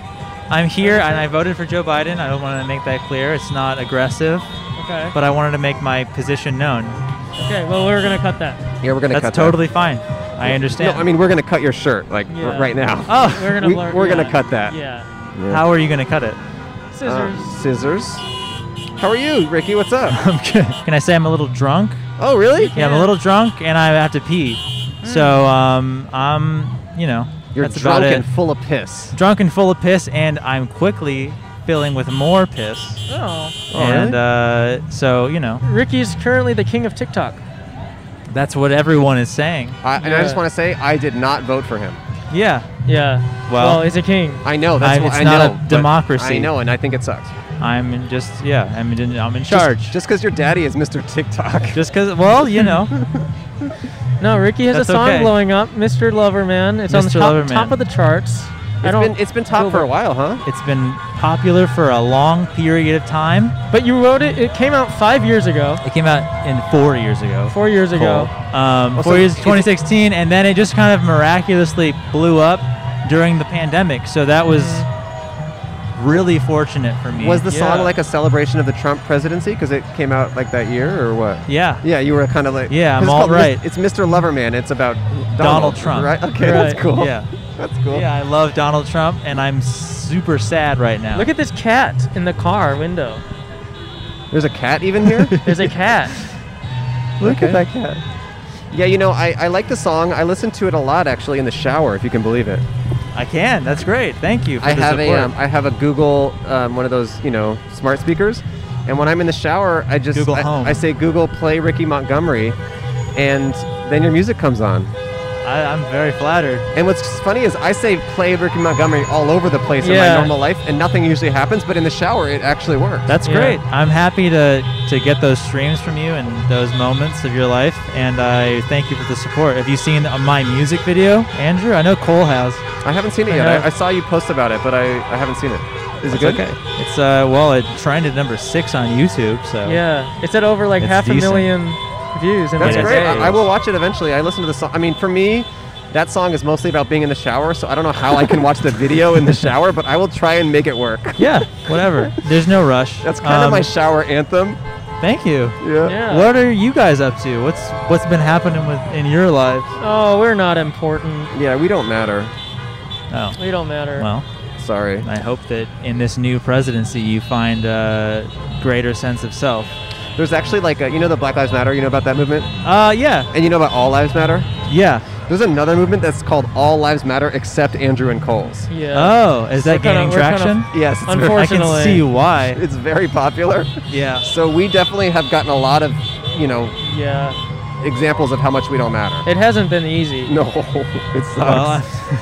I'm here and I voted for Joe Biden. I don't want to make that clear. It's not aggressive, Okay. Uh, but I wanted to make my position known. Okay, well, we're going to cut that. Yeah, we're gonna cut That's that. totally fine. I understand. No, I mean we're gonna cut your shirt like r- Yeah. right now. oh, We're gonna We- blur- we're gonna yeah, cut that. Yeah. Yeah. how are you gonna cut it? Scissors. Uh, scissors. How are you, Ricky? What's up? I'm good. Can I say I'm a little drunk? oh, really? Yeah, I'm a Yeah. little drunk and I have to pee. So um, I'm, you know, You're that's drunk about it. and full of piss. drunk and full of piss, and I'm quickly filling with more piss. oh. Oh, and really? uh, so you know, Ricky's currently the king of TikTok. that's what everyone is saying. I, and I just Yeah. want to say I did not vote for him. Yeah, Yeah. Well- well he's a king. I know that's I- why it's I not a know, but democracy. I know, and I think it sucks. I'm just yeah, I'm in, I'm in charge. Just because your daddy is Mr. TikTok. Just because, well, you know, No, Ricky has That's a song okay. blowing up, Mr. Loverman. It's on the Mr. top, Loverman. top of the charts. I It's don't. been it's been top for a while, huh? it's been popular for a long period of time. but you wrote it. It came out five years ago, It came out in four years ago. four years ago. Um, so four years, is it- 2016, and then it just kind of miraculously blew up during the pandemic. So that was really fortunate for me. Mm-hmm. Was the song Yeah. like a celebration of the Trump presidency because it came out like that year or what? yeah. Yeah, you were kind of like Yeah, 'cause I'm it's all called Mis- right. It's Mr. Loverman. It's about Donald, Donald Trump. Right? Okay, Right. that's cool. Yeah. that's cool. Yeah, I love Donald Trump, and I'm super sad right now. Look at this cat in the car window. There's a cat even here. There's a cat. Look at that cat. Yeah, you know, I, I like the song. I listen to it a lot actually in the shower, if you can believe it. I can. That's great. Thank you. For I the have a support. um, I have a Google um, one of those you know smart speakers, and when I'm in the shower, I just Google I, Home. I say Google Play Ricky Montgomery, and then your music comes on. I, I'm very flattered. And what's funny is I say Play Ricky Montgomery all over the place in Yeah. my normal life, and nothing usually happens. But in the shower, it actually works. That's Yeah. great. I'm happy to to get those streams from you and those moments of your life, and I thank you for the support. Have you seen uh, my music video, Andrew? I know Cole has. I haven't seen it I yet. I, know. I saw you post about it, but I, I haven't seen it. Is it That's good? okay. It's uh well, it trended number six on YouTube, so Yeah, it's at over like It's half decent. a million views. In That's like a great. day. I, I will watch it eventually. I listen to the song. I mean, for me, that song is mostly about being in the shower, so I don't know how I can watch the video in the shower, but I will try and make it work. yeah, whatever. There's no rush. That's kind of Um, my shower anthem. thank you. Yeah. Yeah. What are you guys up to? What's what's been happening with in your lives? Oh, we're not important. Yeah, we don't matter. Oh, We don't matter. well, Sorry. I hope that in this new presidency you find a greater sense of self. There's actually like a, you know the Black Lives Matter, you know about that movement? Uh, yeah, And you know about All Lives Matter? yeah. There's another movement that's called All Lives Matter except Andrew and Cole's. yeah. Oh, is that We're kinda- gaining we're kinda- traction? Yes, it's, ver- I can Unfortunately. see why. it's very popular. Yeah. So we definitely have gotten a lot of, you know, yeah. examples of how much we don't matter. It hasn't been easy. No, it sucks. uh,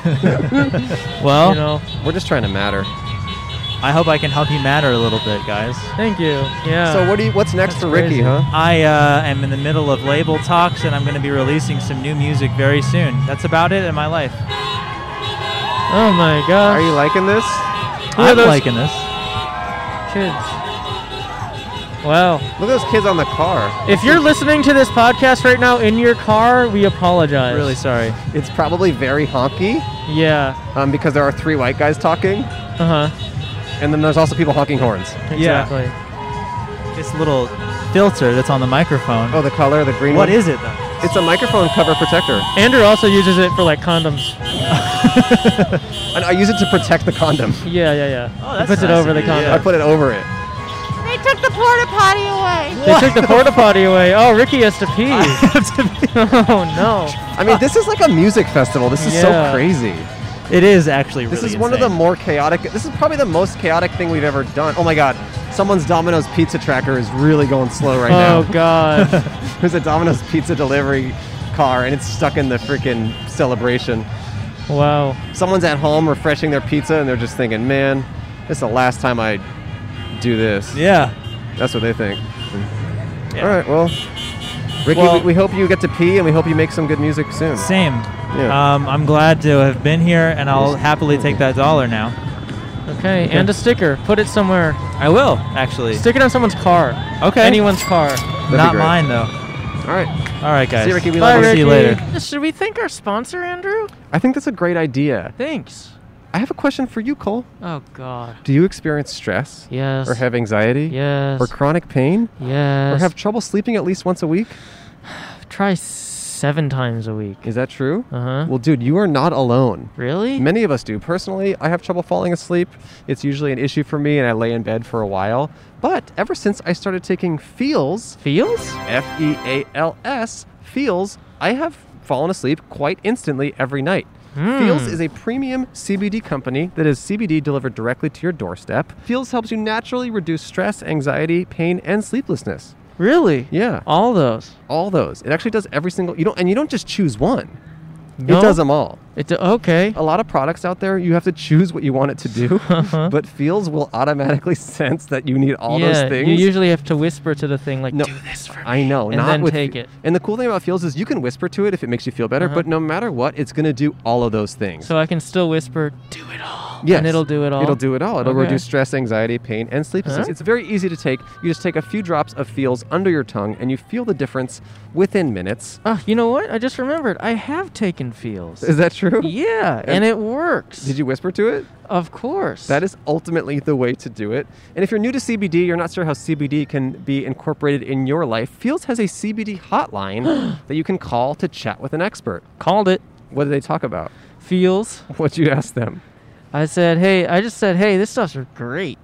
Well, I- well, You know. We're just trying to matter. I hope I can help you matter a little bit, guys. Thank you. Yeah. So what do you? What's next uh, That's for Ricky? crazy. Huh? I uh, am in the middle of label talks, and I'm going to be releasing some new music very soon. That's about it in my life. oh my gosh. Are you liking this? I'm those- liking this. kids? Wow. Look at those kids on the car. If you're listening to this podcast right now in your car, we apologize. Really sorry. It's probably very honky Yeah. um, because there are three white guys talking, Uh huh. and then there's also people honking horns. Exactly. This little filter that's on the microphone. Oh, the color, the green. what one. is it though? It's a microphone cover protector, Andrew also uses it for like condoms. and I use it to protect the condom. Yeah, yeah, yeah. Oh, He that's puts it nice over of the you, yeah. condom. I put it over it. They took the porta potty away. They took the porta potty away. Oh, Ricky has to pee. oh no. I mean, this is like a music festival. This is Yeah. so crazy. It is actually really This is one of the insane. more chaotic. This is probably the most chaotic thing we've ever done. Oh my god, someone's Domino's pizza tracker is really going slow right now. Oh god. There's a Domino's pizza delivery car and it's stuck in the freaking celebration. wow. Someone's at home refreshing their pizza and they're just thinking, man, this is the last time I do this. Yeah. That's what they think. Yeah. All right, well, Ricky, Well- we, we hope you get to pee and we hope you make some good music soon. Same. Yeah. Um, I'm glad to have been here, and I'll happily take that dollar now. Okay, and a sticker. Put it somewhere. I will actually. Stick it on someone's car. Okay. Anyone's car. be Not great. mine though. All right. All right, guys. See you, Ricky. We Bye, love Ricky. See you later. Should we thank our sponsor, Andrew? I think that's a great idea. Thanks. I have a question for you, Cole. Oh God. Do you experience stress? Yes. Or have anxiety? Yes. Or chronic pain? yes. Or have trouble sleeping at least once a week? try seven times a week. Is that true? Uh huh. Well, dude, you are not alone. really? Many of us do. Personally, I have trouble falling asleep. It's usually an issue for me, and I lay in bed for a while. But ever since I started taking Feels, Feels? F E A L S, Feels, I have fallen asleep quite instantly every night. Feels is a premium CBD company that is CBD delivered directly to your doorstep. Feels helps you naturally reduce stress, anxiety, pain, and sleeplessness. Really? Yeah, All those. all those. It actually does every single. You don't, and you don't just choose one. No? It does them all It do- okay. a lot of products out there, you have to choose what you want it to do, but Feels will automatically sense that you need all Uh-huh. yeah, those things. you usually have to whisper to the thing like, No. "Do this for me." I know, and not then with take Fe- it. Uh-huh. And the cool thing about Feels is you can whisper to it if it makes you feel better, but no matter what, it's going to do all of those things. So I can still whisper, "Do it all," yes, and it'll do it all. It'll do it all. It'll Okay. Uh-huh. reduce stress, anxiety, pain, and sleeplessness. Huh? It's very easy to take. You just take a few drops of Feels under your tongue, and you feel the difference within minutes. Ah, you know what? I just remembered. I have taken feels. Is that true? yeah, and, it works. Did you whisper to it? Of course. That is ultimately the way to do it. And if you're new to CBD, you're not sure how CBD can be incorporated in your life, Fields has a CBD hotline that you can call to chat with an expert. called it. What do they talk about? Feels. What'd you ask them? I said, "Hey," I just said, "Hey, this stuff's great."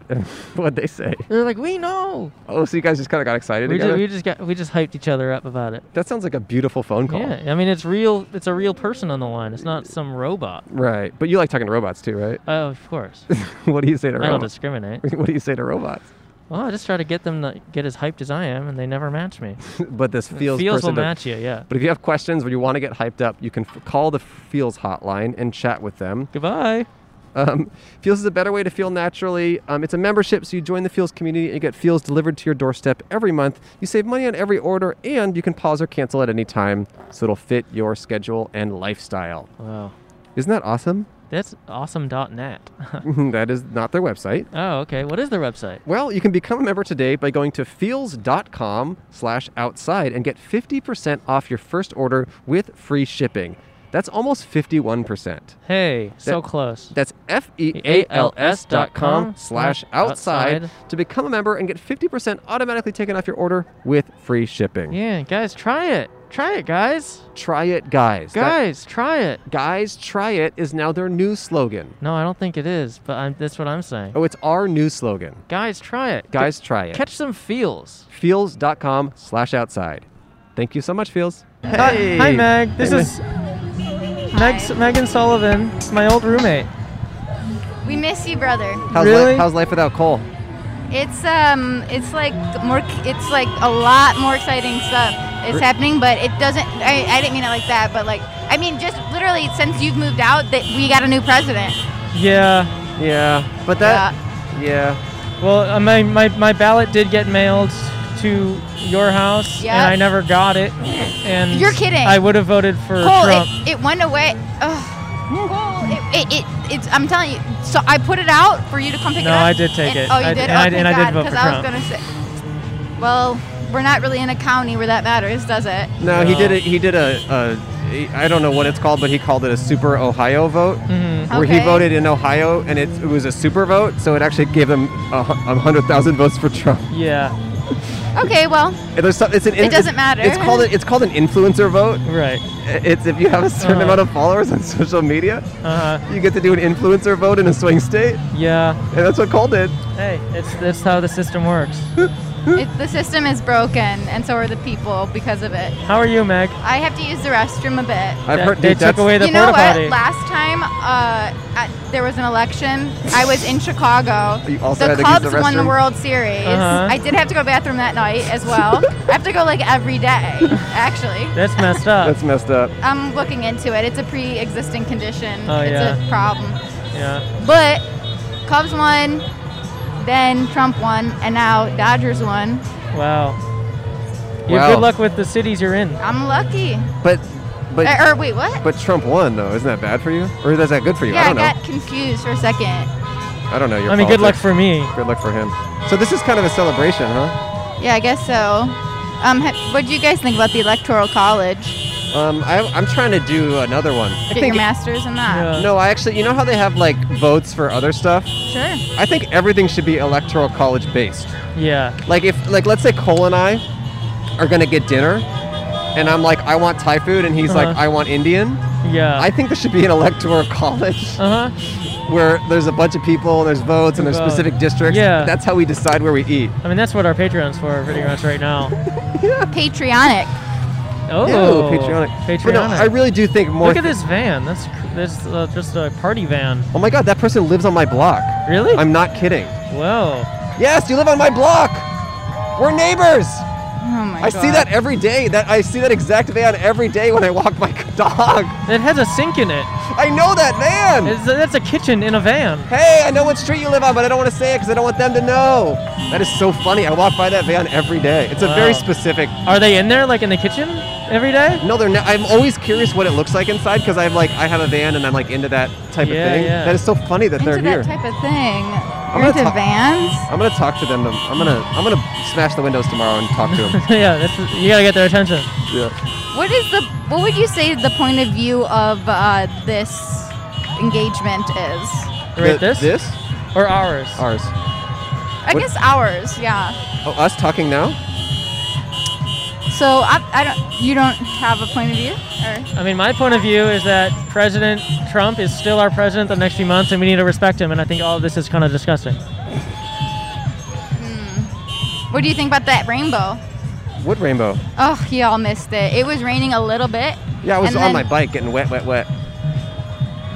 What'd they say? They're like, "We know." Oh, so you guys just kind of got excited We together? just, we just got we just hyped each other up about it. that sounds like a beautiful phone call. Yeah, I mean it's real. It's a real person on the line. It's not some robot. Right. But you like talking to robots too, right? Oh, of course. what do you say to I don't robots? discriminate. What do you say to robots? Well, I just try to get them to get as hyped as I am, and they never match me. but this Feels, Feels will person does- match you. Yeah. But if you have questions or you want to get hyped up, you can f- call the Feels hotline and chat with them. Goodbye. Um, Feels is a better way to feel naturally. Um, it's a membership, so you join the Feels community and you get Feels delivered to your doorstep every month. You save money on every order, and you can pause or cancel at any time, so it'll fit your schedule and lifestyle. Wow. Isn't that awesome? That's awesome.net. that is not their website. oh, okay. What is their website? Well, you can become a member today by going to feels.com slash outside and get 50% off your first order with free shipping. That's almost 51%. Hey, so close. That's F E A L S dot com slash outside to become a member and get 50% automatically taken off your order with free shipping. Yeah, guys, try it. Try it, guys. Try it, guys. That- Guys, try it. guys, try it is now their new slogan. No, I don't think it is, but I'm, that's what I'm saying. Oh, it's our new slogan. Guys, try it. Guys, try it. Catch some feels. Feels.com slash outside. Thank you so much, Feels. Hey. Hi, Meg. This Hey, is Meg, Megan Sullivan, my old roommate. We miss you, brother. How's, Really? li- how's life without Cole? It's um, it's like more, it's like a lot more exciting stuff is happening, but it doesn't. I, I didn't mean it like that, but like I mean, just literally since you've moved out, that we got a new president. Yeah. Yeah. But that, yeah. Well, uh, my, my, my ballot did get mailed to your house, Yeah. and I never got it. And You're kidding. I would have voted for Yeah. Cole, Trump. it, it went away. Ugh. Cole, it, it, it, it's. I'm telling you. So I put it out for you to come pick No, it up. I did take and, it. Oh, you I- did. and I- oh, and I thank God, did vote for 'cause I was Trump. gonna say. Well, we're not really in a county where that matters, does it? No, he No. did it. He did a, a, I don't know what it's called, but he called it a super Ohio vote. Mhm. where he Okay. voted in Ohio, and it, it was a super vote, so it actually gave him a, hu- a hundred thousand votes for Trump. Yeah, Okay, well, And there's some, it's an, It doesn't matter. It's called a, it's called an influencer vote. right. It's if you have a certain Uh-huh. amount of followers on social media, Uh huh. you get to do an influencer vote in a swing state, Yeah. and that's what Cole did. Hey, it's that's how the system works. it, the system is broken, and so are the people because of it. How are you, Meg? I have to use the restroom a bit. I've That- heard they dude, took that's- away the you know porta what? potty. Last time uh, at, there was an election, I was in Chicago. You also the had to use Cubs the won the restroom? World Series. Uh-huh. I did have to go to the bathroom that night as well. I have to go like every day, actually. That's messed up. That's messed up. I'm looking into it. It's a pre-existing condition. Oh, it's yeah. a problem. yeah. But Cubs won, then Trump won, and now Dodgers won. Wow. You Wow. have good luck with the cities you're in. I'm lucky. But, but, or, or wait, what? but Trump won though. Isn't that bad for you? Or is that good for you? yeah, I I, don't know. got confused for a second. I don't know. Your I mean, good luck politics. for me. Good luck for him. So this is kind of a celebration, huh? Yeah, I guess so. Um, ha- what do you guys think about the Electoral College? Um, I, I'm trying to do another one. I Get your master's in that. Yeah. No, I actually, you know how they have like votes for other stuff? Sure. I think everything should be electoral college based. Yeah. Like if like let's say Cole and I are gonna get dinner and I'm like, I want Thai food and he's like, Uh-huh. I want Indian. Yeah. I think there should be an electoral college uh huh. where there's a bunch of people and there's votes and there's Vote. specific districts. Yeah. That's how we decide where we eat. I mean, that's what our Patreon's for pretty much right now. Patriotic. Oh. Ew, patriotic. Patreonic. But no, I really do think more Look at this van. That's cr- that's uh, just a party van. Oh my god, that person lives on my block. Really? I'm not kidding. Whoa. Yes, you live on my block. We're neighbors. Oh my I god. see that every day. That I see that exact van every day when I walk my dog. It has a sink in it. I know that van. It's a, that's a kitchen in a van. Hey, I know what street you live on, but I don't want to say it because I don't want them to know. That is so funny. I walk by that van every day. It's a Wow. very specific. Are they in there like in the kitchen every day? No, they're not. I'm always curious what it looks like inside because I'm like, I have a van and I'm like into that type Yeah, of thing. yeah. That is so funny that Into they're that here. type of thing. gonna You're into talk- vans? I'm gonna talk to them. I'm gonna I'm gonna smash the windows tomorrow and talk to them. yeah. That's, you gotta get their attention. yeah. What is the? What would you say the point of view of uh, this engagement is? Right. The- this. This? Or ours. Ours. I What- guess ours. Yeah. Oh, us talking now? So I, I don't. You don't have a point of view, or I mean, my point of view is that President Trump is still our president the next few months, and we need to respect him. And I think all of this is kind of disgusting. what do you think about that rainbow? What rainbow? Oh, y'all missed it. It was raining a little bit. Yeah, I was And on then- my bike getting wet, wet, wet.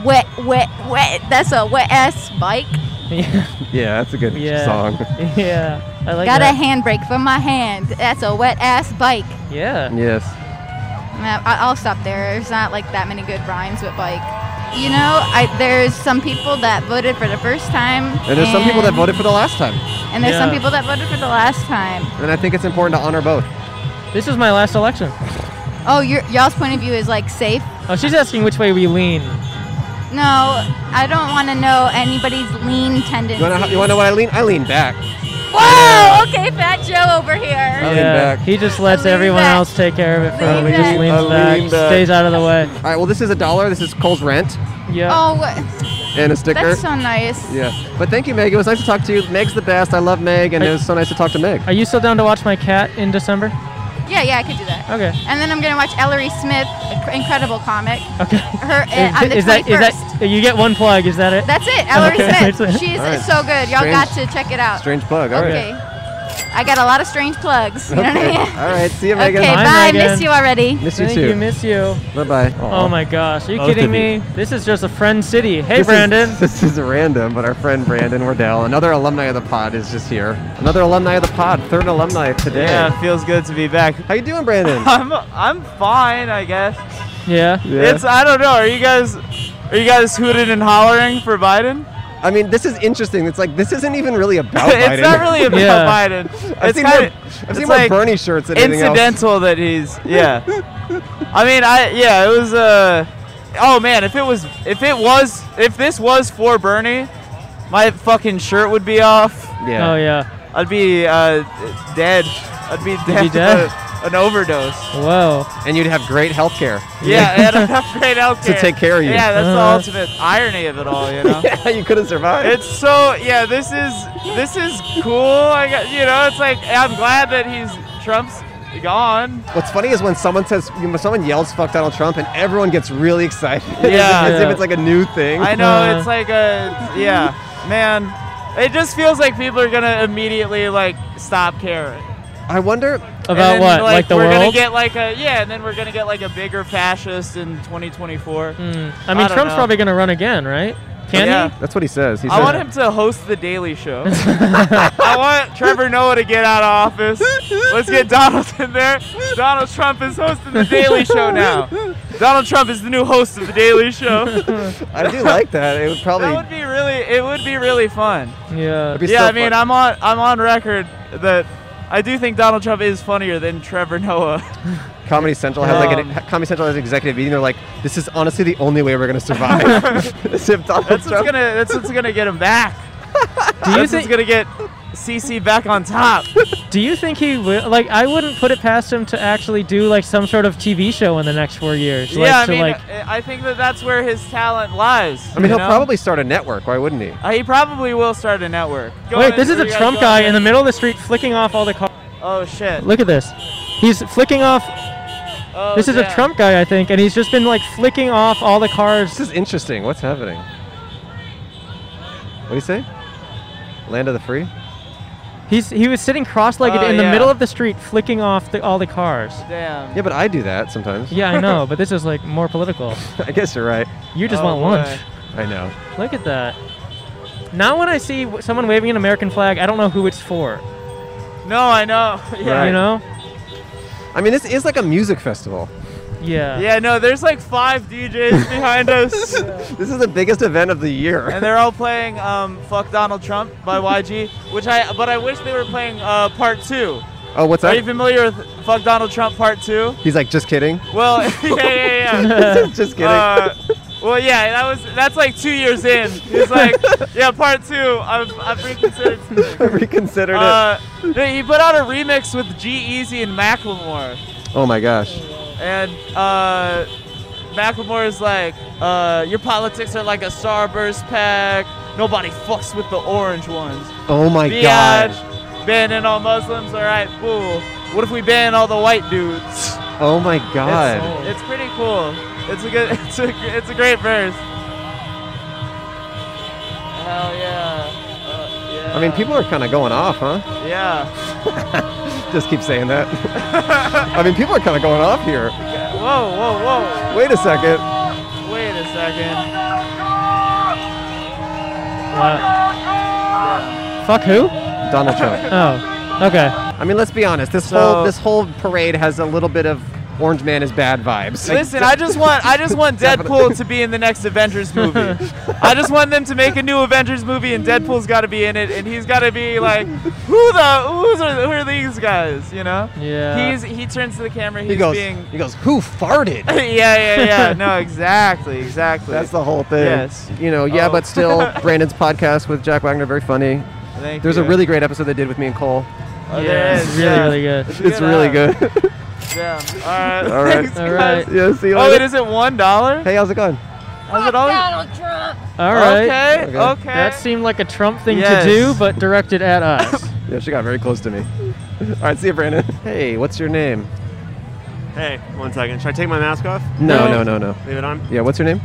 Wet, wet, wet. That's a wet ass bike. yeah. Yeah, that's a good Yeah. song. Yeah. I Oh, like Got a that. handbrake for my hand. That's a wet ass bike. yeah. Yes. Nah, I- I'll stop there. There's not like that many good rhymes with bike. You know, I, there's some people that voted for the first time, And there's some people that voted for the last time. and there's some Yeah. people that voted for the last time. And I think it's important to honor both. This is my last election. Oh, your y'all's point of view is like safe. Oh, she's asking which way we lean. No, I don't want to know anybody's lean tendencies. You wanna, you wanna know what I lean? I lean back. Whoa! Okay, Fat Joe over here. I lean yeah. back. He just lets Lean everyone back. else take care of it for Lean him. He back. just leans I lean back, back. stays out of the way. All right, well, this is a dollar. This is Cole's rent Yeah. Oh, and a sticker. that's so nice. yeah. But thank you, Meg. It was nice to talk to you. Meg's the best. I love Meg, and it I- was so nice to talk to Meg. Are you still down to watch my cat in December? Yeah, yeah, I could do that. Okay. And then I'm gonna watch Ellery Smith, inc- incredible comic. Okay. Her uh, on the is that 21st. is that you get one plug? Is that it? That's it, Ellery Okay. Smith. She is All right. so good. Y'all Strange- got to check it out. Strange plug. All right. okay. I got a lot of strange plugs. You know what I Okay. mean? All right. See you, Okay, Megan. Bye, bye. Megan. Miss you already. Miss you Thank too. you. Miss you. bye bye. Oh my gosh. Are you Both kidding of me? you. This is just a friend city. Hey, Brandon. this is random, but our friend Brandon Wardell, another alumni of the pod, is just here. Another alumni of the pod, third alumni today. Yeah, it feels good to be back. How you doing, Brandon? I'm I'm fine, I guess. yeah. Yeah. It's I don't know. Are you guys are you guys hooting and hollering for Biden? I mean, this is interesting. It's like this isn't even really about Biden. it's not really about Yeah. Biden. I've It's seen, kind more, of I've it's seen like more Bernie shirts than anything else. incidental that he's yeah. I mean, I yeah, it was uh Oh man, if it was if it was if this was for Bernie, my fucking shirt would be off. Yeah. Oh yeah. I'd be uh dead. I'd be dead. be of dead? a- an overdose. Whoa. And you'd have great health care. Yeah, and I'm not great out To take care of you. Yeah, that's Uh-huh. the ultimate irony of it all, you know. Yeah, you couldn't survive. It's so yeah. This is this is cool. I got you know. It's like I'm glad that he's Trump's gone. What's funny is when someone says, when someone yells "fuck Donald Trump" and everyone gets really excited. Yeah. as if Yeah. it's like a new thing. I know Uh-huh. it's like a yeah, man. It just feels like people are gonna immediately like stop caring. I wonder. And About then, what? Like, the we're gonna world? get like a yeah, and then we're gonna get like a bigger fascist in 2024. Hmm. I mean, I don't Trump's know. probably going to run again, right? Can Yeah. he? That's what he says. He I says- want him to host the Daily Show. I want Trevor Noah to get out of office. Let's get Donald in there. Donald Trump is hosting the Daily Show now. Donald Trump is the new host of the Daily Show. I do like that. It would probably. That would be really. It would be really fun. Yeah. That'd be yeah, so I mean, fun. I'm on. I'm on record that I do think Donald Trump is funnier than Trevor Noah. Comedy Central has like an Um, Comedy Central has an executive meeting. They're like, this is honestly the only way we're gonna survive. Is if Donald That's what's Trump- gonna. That's what's gonna get him back. Do you That's what's think? gonna get CC back on top. Do you think he will? Like, I wouldn't put it past him to actually do like some sort of TV show in the next four years. like, yeah, I to, mean, like, I I think that that's where his talent lies. I mean, you he'll know? probably start a network. Why wouldn't he? Uh, he probably will start a network. Go wait, in- this is a you guys Trump go guy in. in the middle of the street flicking off all the cars. Oh shit. Look at this. He's flicking off. Oh, This is a damn. Trump guy, I think, and he's just been like flicking off all the cars. This is interesting. What's happening? What do you say? Land of the free? He's he was sitting cross-legged Oh, in the yeah. middle of the street, flicking off the, all the cars. Damn. Yeah, but I do that sometimes. Yeah, I know, but this is like more political. I guess you're right. You just Oh, want lunch. I know. Look at that. Now when I see w- someone waving an American flag, I don't know who it's for. No, I know. Yeah. Right. You know? I mean, this is like a music festival. Yeah. Yeah, no, there's like five DJs behind us, This is the biggest event of the year. and they're all playing um, "Fuck Donald Trump" by YG, which I but I wish they were playing uh, part two. Oh, what's Are you that? familiar with "Fuck Donald Trump" part two? He's like, just kidding. Well, yeah, yeah, yeah. just kidding. Uh, well, yeah, that was that's like two years in. He's like, yeah, part two. I've I've reconsidered. Reconsidered Uh, he put out a remix with G Easy and Macklemore. it. Oh my gosh. And uh, Macklemore is like, uh, your politics are like a Starburst pack. Nobody fucks with the orange ones. Oh my gosh. Biatch, banning all Muslims, all right, cool. What if we ban all the white dudes? Oh my god. It's, it's pretty cool. It's a good, it's a, it's a great verse. Hell yeah. Uh, yeah. I mean, people are kind of going off, huh? Yeah. Just keep saying that. I mean, people are kind of going off here. Whoa, whoa, Wait a second. whoa. Wait a second. Uh, Fuck who? Donald Trump. Oh. Okay. I mean, let's be honest. This whole So- this whole parade has a little bit of Orange Man is bad vibes. Listen, I just want I just want Deadpool to be in the next Avengers movie. I just want them to make a new Avengers movie and Deadpool's got to be in it and he's got to be like, who the who's are, who are these guys? You know? Yeah. He's he turns to the camera. He's he goes. being. He goes. Who farted? yeah, yeah, yeah. No, exactly, exactly. That's the whole thing. Yes. You know. Yeah, Oh. but still, Brandon's podcast with Jack Wagner very funny. Thank There's a you. really great episode they did with me and Cole. Oh, there yeah. is, It's really, yeah. really good. It's really app. good. Yeah. All right. All right. Thanks, All right. guys. yeah. See you Oh, it later. isn't one dollar. Hey, how's it going? How's it always? Donald Trump. All right. Okay. Okay. Okay. That seemed like a Trump thing Yes. to do, but directed at us. Yeah, she got very close to me. All right. See you, Brandon. Hey, what's your name? Hey, one second. Should I take my mask off? No, no, no, no. Leave it on. Yeah. What's your name?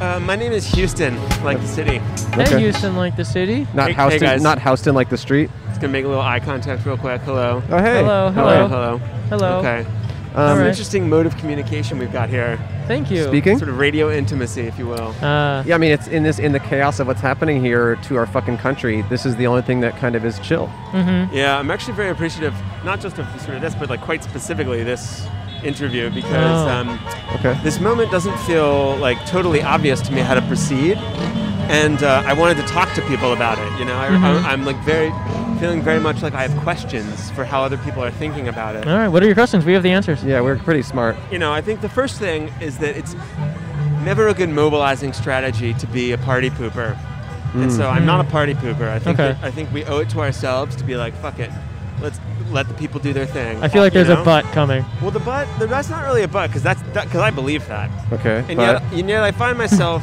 Uh, my name is Houston, like the city. Hey, Okay. Houston, like the city. Not Hey- hey, Houston. guys. not Houston like the street. Just gonna make a little eye contact real quick. Hello. Oh, hey. Hello, Hello. hello. Hello. Hello. Okay. Um, All right. Interesting mode of communication we've got here. Thank you. Speaking. Sort of radio intimacy, if you will. Uh, Yeah, I mean, it's in this in the chaos of what's happening here to our fucking country. This is the only thing that kind of is chill. Yeah, I'm actually very appreciative, not just of sort of this, but like quite specifically this interview because Oh. um, Okay. this moment doesn't feel like totally obvious to me how to proceed, and uh, I wanted to talk to people about it. You know, I, I, I'm like very feeling very much like I have questions for how other people are thinking about it. all right. What are your questions? We have the answers. Yeah, we're pretty smart. You know, I think the first thing is that it's never a good mobilizing strategy to be a party pooper. And so I'm not a party pooper. I think Mm-hmm. Okay. that- I think we owe it to ourselves to be like, fuck it. Let's let the people do their thing. I feel like You there's know? a butt coming. Well, the butt, the, that's not really a butt because that's because I believe that. Okay. And yet, but- and yet, I find myself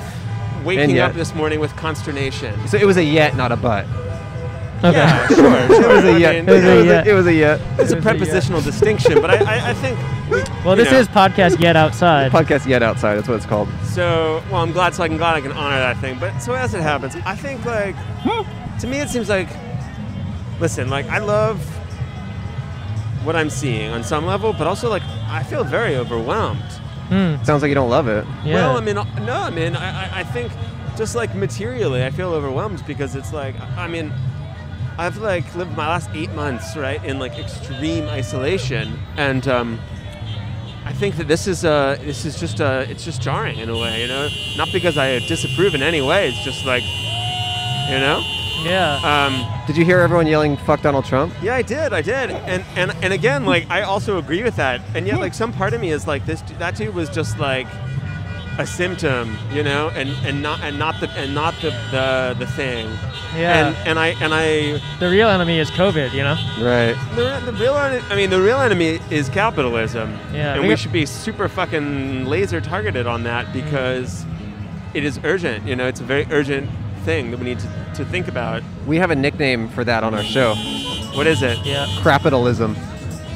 waking yet. up this morning with consternation. so it was a yet, not a but. Okay. Yeah, sure. sure. It was I a yet. It mean, was a a yet. yet. It was a yet. it's a prepositional distinction, but I, I, I think. we- Well, you this know, is podcast yet outside. Podcast yet outside. That's what it's called. So, well, I'm glad. So I'm glad I can honor that thing. But so as it happens, I think like to me, it seems like, listen, like I love what I'm seeing on some level, but also like I feel very overwhelmed. Sounds like you don't love it. Well, I mean, uh, no, I mean, I, I, I think just like materially, I feel overwhelmed because it's like, I I mean, I've like lived my last eight months, right, in like extreme isolation, and um, I think that this is uh, this is just uh, it's just jarring in a way, you know, not because I disapprove in any way. It's just like, you know, Yeah. um, Did you hear everyone yelling "fuck Donald Trump"? yeah, I did, I did, and and and again, like I also agree with that, and yet like some part of me is like this, that dude was just like a symptom, you know, and and not and not the and not the the, the thing, Yeah. and and I and I the real enemy is COVID, you know? Right. the, the real en- I mean the real enemy is capitalism, Yeah, and we we, got- should be super fucking laser targeted on that because it is urgent, you know, it's a very urgent thing that we need to, to think about. We have a nickname for that on our show. What is it? Yeah. Capitalism.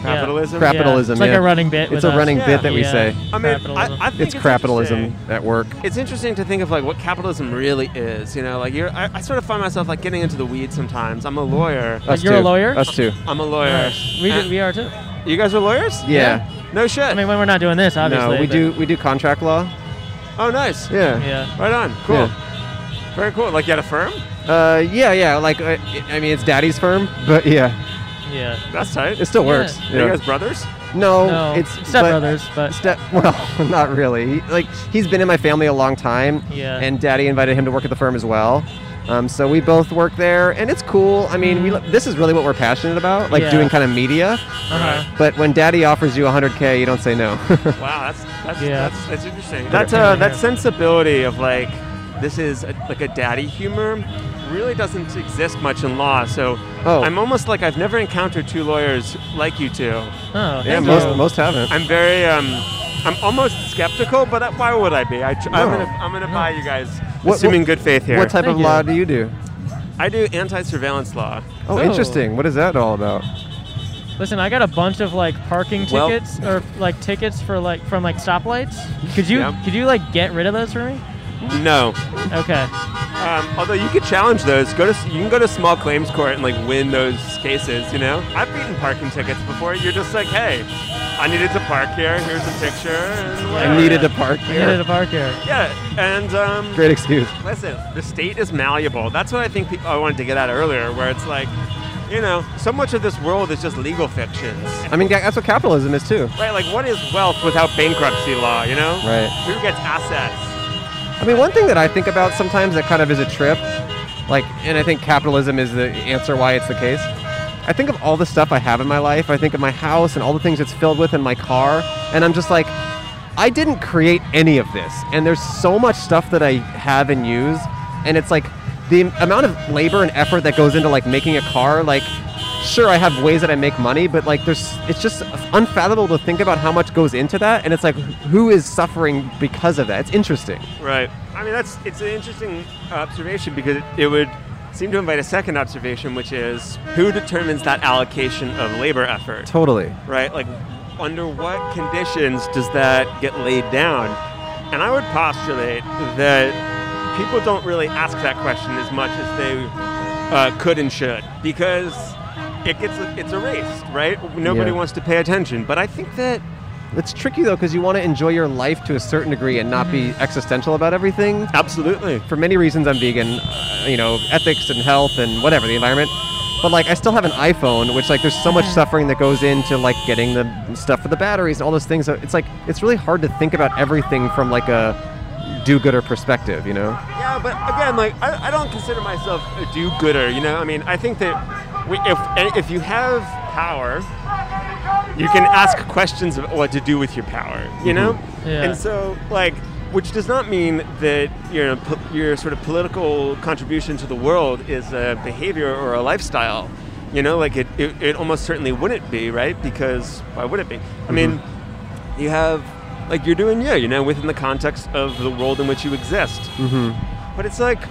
Capitalism. Yeah. Capitalism, It's like yeah. a running bit. It's with a us. running bit that we Yeah. say. I mean, Capitalism. I, I think It's interesting. capitalism at work. it's interesting to think of like what capitalism really is. You know, like you're, I, I sort of find myself like getting into the weeds sometimes. I'm a lawyer. Us you're a too. lawyer? Us too. I'm a lawyer. Yes. We, do, we are too. You guys are lawyers? Yeah. No shit. I mean, when we're not doing this, obviously. No, we but- do we do contract law. oh, nice. Yeah. Yeah. Right on. Cool. Very cool. Like you had a firm? Uh, yeah, yeah. Like, I, I mean, it's daddy's firm, but yeah, Yeah. That's tight. it still works. Are Yeah. you guys brothers? No, No, it's step but- brothers, but Step. Well, not really. He, like, he's been in my family a long time. Yeah. And daddy invited him to work at the firm as well. Um, so we both work there, and it's cool. I mean, we lo- this is really what we're passionate about, like Mm-hmm. Yeah. doing kind of media. uh-huh. But when daddy offers you 100k, you don't say no. Wow, that's that's Yeah. that's, that's interesting. That's, That's uh, uh, that that sensibility of like, this is like a daddy humor, really doesn't exist much in law. So Oh. I'm almost like I've never encountered two lawyers like you two. Oh, yeah, thank most you. most haven't. I'm very um, I'm almost skeptical, but why would I be? I tr- I'm No. gonna I'm gonna buy you guys, What- assuming what- good faith here. What type Thank of you. law do you do? I do anti-surveillance law. Oh, Oh. interesting. What is that all about? Listen, I got a bunch of like parking Well- tickets or like tickets for like from like stoplights. Could you Yeah. could you like get rid of those for me? No, Okay. um, although you could challenge those. Go to s- you can go to small claims court and like win those cases. You know, I've beaten parking tickets before. You're just like, hey, I needed to park here. Here's a picture. And I whatever. needed to park I needed here. a park here. Yeah, and um, Great excuse. Listen, the state is malleable. That's what I think people, I wanted to get at earlier, where it's like, you know, so much of this world is just legal fictions. I mean, that's what capitalism is too. Right, like what is wealth without bankruptcy law, you know? Right. Who gets assets? I mean, one thing that I think about sometimes that kind of is a trip, like, and I think capitalism is the answer why it's the case. I think of all the stuff I have in my life. I think of my house and all the things it's filled with and my car, and I'm just like, I didn't create any of this. And there's so much stuff that I have and use, and it's like the amount of labor and effort that goes into like making a car, like. Sure, I have ways that I make money, but like, there's, it's just unfathomable to think about how much goes into that. And it's like, who is suffering because of that? It's interesting. Right. I mean, that's it's an interesting observation because it would seem to invite a second observation, which is who determines that allocation of labor effort? Totally. right? Like, under what conditions does that get laid down? And I would postulate that people don't really ask that question as much as they uh, could and should because it gets it's erased, right? Nobody Yeah. wants to pay attention. But I think that It's tricky though because you want to enjoy your life to a certain degree and not be existential about everything. absolutely, For many reasons, I'm vegan. Uh, you know, ethics and health and whatever the environment. But like, I still have an iPhone, which like, there's so much suffering that goes into like getting the stuff for the batteries and all those things. So it's like, it's really hard to think about everything from like a do-gooder perspective. You know? Yeah, but again, like I, I don't consider myself a do-gooder. You know, I mean, I think that we, if and if you have power, you can ask questions about what to do with your power. You know, Yeah. and so like, which does not mean that your po- your sort of political contribution to the world is a behavior or a lifestyle. You know, like it, it, it almost certainly wouldn't be, right? Because why would it be? I mean, Mm-hmm. you have like you're doing you, you know, within the context of the world in which you exist. Mm-hmm. But it's like,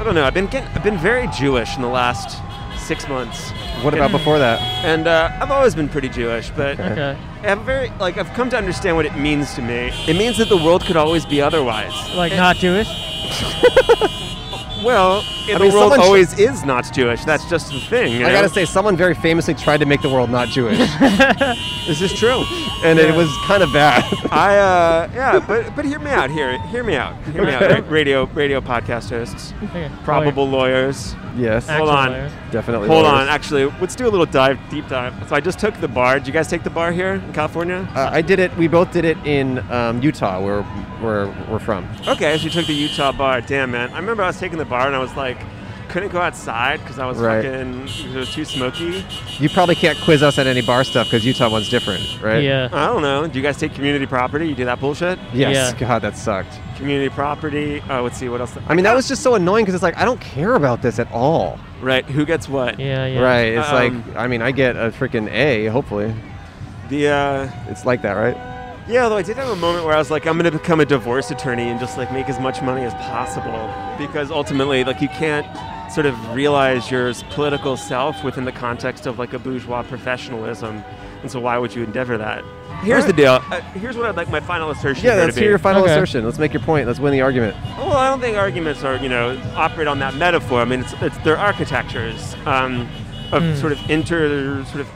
I don't know. I've been getting, I've been very Jewish in the last six months, What about before that? and uh, I've always been pretty Jewish. But Okay. I'm very like I've come to understand what it means to me. It means that the world could always be otherwise. Like not Jewish. Well, in I the world mean, someone should- always is not Jewish. That's just the thing. you I gotta know? say, someone very famously tried to make the world not Jewish, this is true. and it was kind of bad. I uh, yeah, but but hear me out here. Hear me out. Hear me out. Okay. ra- Radio radio podcast hosts, Okay. Oh, probable lawyers. yes, Hold Actual on. lawyers. definitely. Hold was. on. Actually, let's do a little dive deep dive. So I just took the bar. Did you guys take the bar here in California? Uh, I did it. We both did it in um, Utah, where where we're from. Okay, so you took the Utah bar. Damn, man. I remember I was taking the bar and I was like, couldn't go outside because I was Right. fucking, 'cause it was too smoky. You probably can't quiz us on any bar stuff because Utah one's different, right? Yeah. I don't know. Do you guys take community property? You do that bullshit? Yes. Yeah. God, that sucked. Community property. Uh, let's see what else. I mean, that was just so annoying because it's like I don't care about this at all. Right. Who gets what? Yeah. Yeah. Right? It's Um, like I mean, I get a freaking A. Hopefully, The uh, it's like that, right? yeah. Though I did have a moment where I was like, I'm gonna become a divorce attorney and just like make as much money as possible because ultimately, like, you can't sort of realize your s- political self within the context of like a bourgeois professionalism, and so why would you endeavor that? Here's the deal. Uh, here's what I'd like my final assertion. Yeah. here Let's to hear be. your final Okay. assertion. Let's make your point. Let's win the argument. Well, I don't think arguments are, you know, operate on that metaphor. I mean, it's, it's their architectures um, of Hmm. sort of inter, sort of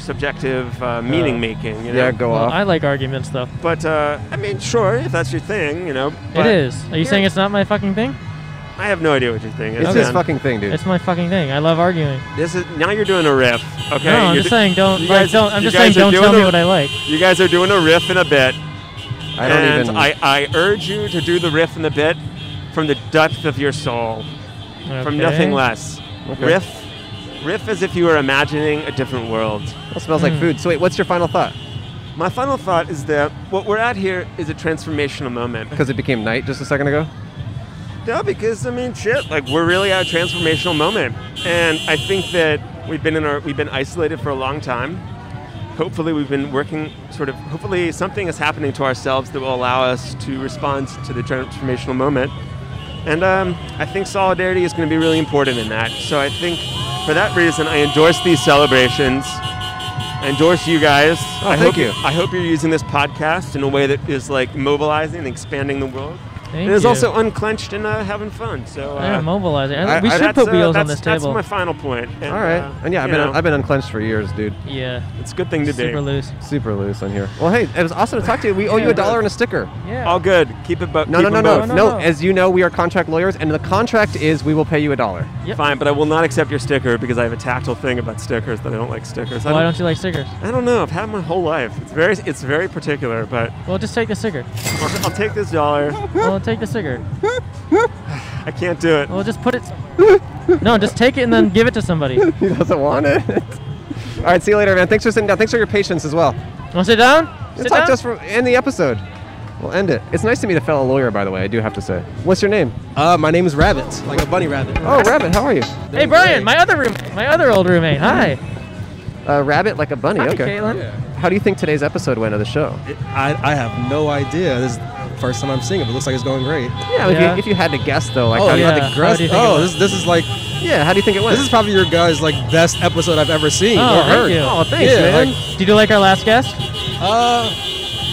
intersubjective uh, meaning making. You know? Yeah. Go Well, off. I like arguments though. But uh, I mean, sure, if that's your thing, you know. But It is. Are you saying it's not my fucking thing? I have no idea what your thing is. It's man. this fucking thing, dude. It's my fucking thing. I love arguing. This is now you're doing a riff. Okay. no, I'm you're just do- saying don't. you Like, guys- don't I'm you just saying guys are don't doing tell me the- what I like. You guys are doing a riff in a bit, I don't and even. I, I urge you to do the riff in the bit from the depth of your soul. from nothing Okay. less. Riff, riff as if you were imagining a different world. It smells Hmm. like food. So wait, what's your final thought? My final thought is that what we're at here is a transformational moment. Because it became night just a second ago. No, because I mean, shit, like we're really at a transformational moment, and I think that we've been in our we've been isolated for a long time. Hopefully, we've been working sort of. Hopefully, something is happening to ourselves that will allow us to respond to the transformational moment. And um, I think solidarity is going to be really important in that. So I think for that reason, I endorse these celebrations. I endorse you guys. I Oh, thank hope, you. I hope you're using this podcast in a way that is like mobilizing and expanding the world. Thank And it's you. also unclenched and uh, having fun. So uh, Yeah, mobilizing. I- I- we I- should that's, put uh, wheels on that's- this table. That's my final point. And, All right. uh, and yeah, I've you been know, I've been unclenched for years, dude. yeah. it's a good thing to Super be. loose. Super loose on here. Well, hey, it was awesome to talk to you. We owe you Yeah. a dollar and a sticker. Yeah. All good. Keep it. Bu- No, keep no, no, them no, both. no, no, no. As you know, we are contract lawyers, and the contract is we will pay you a dollar. Yep. Fine, but I will not accept your sticker because I have a tactile thing about stickers that I don't like stickers. I Why don't, don't you like stickers? I don't know. I've had it my whole life. It's very, it's very particular. But Well, just take the sticker. I'll, I'll take this dollar. Well, take the sticker. I can't do it. Well, just put it. No, just take it and then give it to somebody. He doesn't want it. All right, see you later, man. Thanks for sitting down. Thanks for your patience as well. Want to sit down? It's Sit like down? just for end the episode. We'll end it. It's nice to meet a fellow lawyer, by the way. I do have to say. What's your name? Uh, my name is Rabbit, like a bunny rabbit. Uh, Oh, Rabbit. How are you? hey, Brian, my other room, my other old roommate. Hi. Uh, rabbit like a bunny. Hi, okay. Caitlin. How do you think today's episode went of the show? I, I have no idea. This is the first time I'm seeing it, but it looks like it's going great. Yeah. If, Yeah. You, if you had to guess, though, like oh, how you had yeah. to How grasp- do you think it oh, went? this, this is like do you, yeah. How do you think it went? this is probably your guys' like best episode I've ever seen Oh, or thank heard. you. Oh, thanks, yeah, man. like- Did you like our last guest? Uh,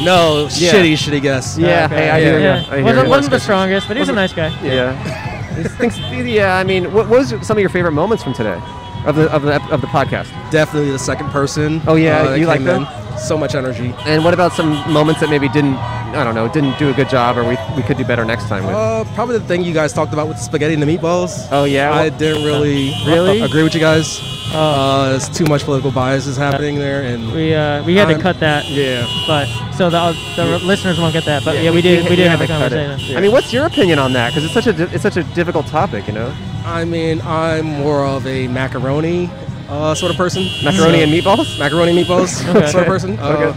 no, Yeah. shitty, shitty guess. yeah. Okay. Hey, I hear yeah. you. I hear Um, wasn't, you. wasn't the strongest, but he was a nice guy. Yeah. These things- yeah, I mean, what was some of your favorite moments from today, of the of the ep- of the podcast? Definitely the second person. uh, Oh, yeah, that you like came in. So much energy. And what about some moments that maybe didn't, I don't know, didn't do a good job, or we we could do better next time with? Uh, probably the thing you guys talked about with spaghetti and the meatballs. oh yeah, I well, didn't really Really? agree with you guys. Uh, Uh, it's too much political bias is happening there, and we uh, we had to um, I'm- cut that, yeah. but so the, uh, the listeners won't get that. But yeah, we did we, did had have a to cut it. conversation. I mean, what's your opinion on that? Because it's such a di- it's such a difficult topic, you know, I mean, I'm more of a macaroni uh, sort of person. macaroni So- and meatballs. macaroni and meatballs Okay. sort of person. Uh, Okay.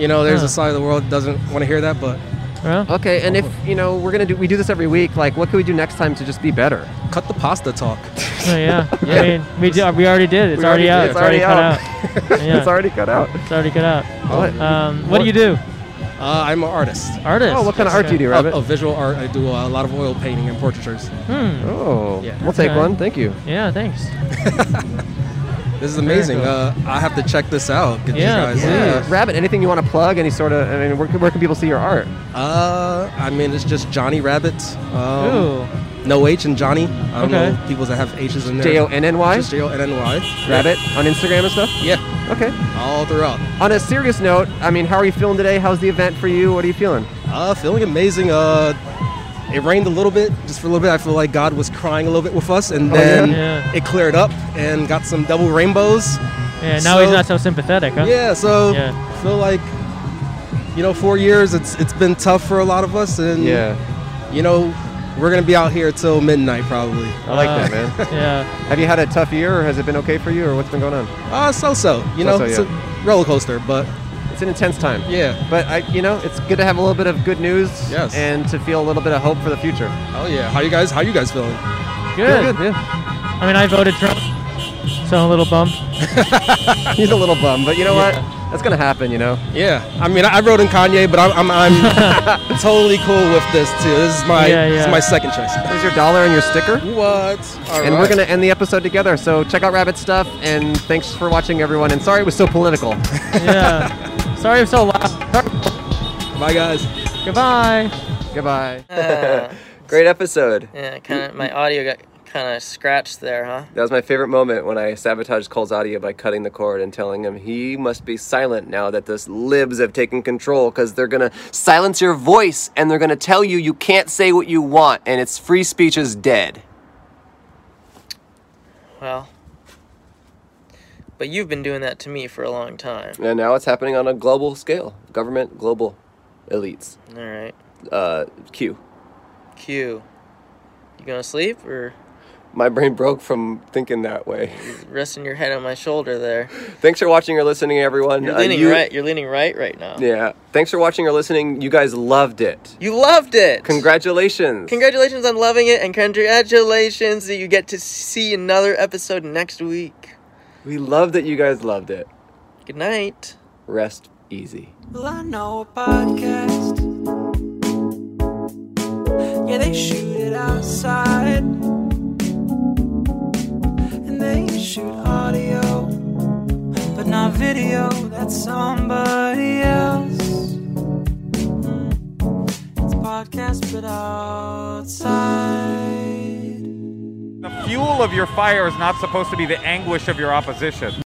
You know, there's Huh. a side of the world that doesn't want to hear that, but Well, Okay, and if you know we're gonna do we do this every week, like what can we do next time to just be better? cut the pasta talk. so Oh, yeah, I mean, we, did, we already did. It's We already already, out. did. It's already, cut out. Yeah, It's already cut out. it's already cut out. What? Um, what do you do? Uh, I'm an artist. Artist. Oh, what kind of art do you do, Of, Rabbit? of visual art, I do a lot of oil painting and portraitures. Hmm. Oh, Yeah. we'll take Okay. one. Thank you. Yeah. Thanks. This is amazing. cool. Uh, I have to check this out. Get Yeah, you guys. please. Uh, Rabbit, anything you want to plug? Any sort of? I mean, where can, where can people see your art? Uh, I mean, it's just Johnny Rabbit. Um, Ooh. No H in Johnny. I don't Okay. know people that have H's in there. J O N N Y? Just J O N N Y. Rabbit on Instagram and stuff? Yeah. Okay. All throughout. On a serious note, I mean, how are you feeling today? How's the event for you? What are you feeling? Uh, feeling amazing. Uh, it rained a little bit, just for a little bit. I feel like God was crying a little bit with us, and Oh, then yeah? Yeah. it cleared up and got some double rainbows. Yeah, now he's not so sympathetic, huh? Yeah, so Yeah. I feel like you know, four years. It's it's been tough for a lot of us, and Yeah. you know, we're gonna be out here till midnight probably. I like Uh, that, man. Have you had a tough year, or has it been okay for you, or what's been going on? Uh, so-so. You know, So-so, it's yeah. a roller coaster, but it's an intense time. Yeah. But I, you know, it's good to have a little bit of good news. Yes. And to feel a little bit of hope for the future. Oh yeah. How you guys? How you guys feeling? Good. good, I mean, I voted Trump, so I'm a little bummed. He's a little bum, but you know what? That's gonna happen, you know. Yeah, I mean, I I wrote in Kanye, but I'm I'm, I'm totally cool with this too. This is my Yeah, This yeah. is my second choice. Here's your dollar and your sticker. What? and we're gonna end the episode together. So check out Rabbit stuff, and thanks for watching, everyone. And sorry it was so political. yeah. Sorry I'm so loud. Bye, guys. Goodbye. Goodbye. Great episode. Yeah, kind of. My audio got kind of scratched there, huh? That was my favorite moment when I sabotaged Cole's audio by cutting the cord and telling him he must be silent now that those libs have taken control because they're going to silence your voice and they're going to tell you you can't say what you want and it's free speech is dead. Well, but you've been doing that to me for a long time. And now it's happening on a global scale. Government, global elites. All right, Uh, Q. Q. You gonna sleep or My brain broke from thinking that way. resting your head on my shoulder there? Thanks for watching or listening, everyone. You're Uh, leaning you- right. You're leaning right right now. Yeah. Thanks for watching or listening. You guys loved it. You loved it. Congratulations. Congratulations on loving it, and congratulations that you get to see another episode next week. we love that you guys loved it. Good night. Rest easy. Well, I know a podcast. Yeah, they shoot it outside. And they shoot audio, but not video. That's somebody else. It's a podcast, but outside. The fuel of your fire is not supposed to be the anguish of your opposition.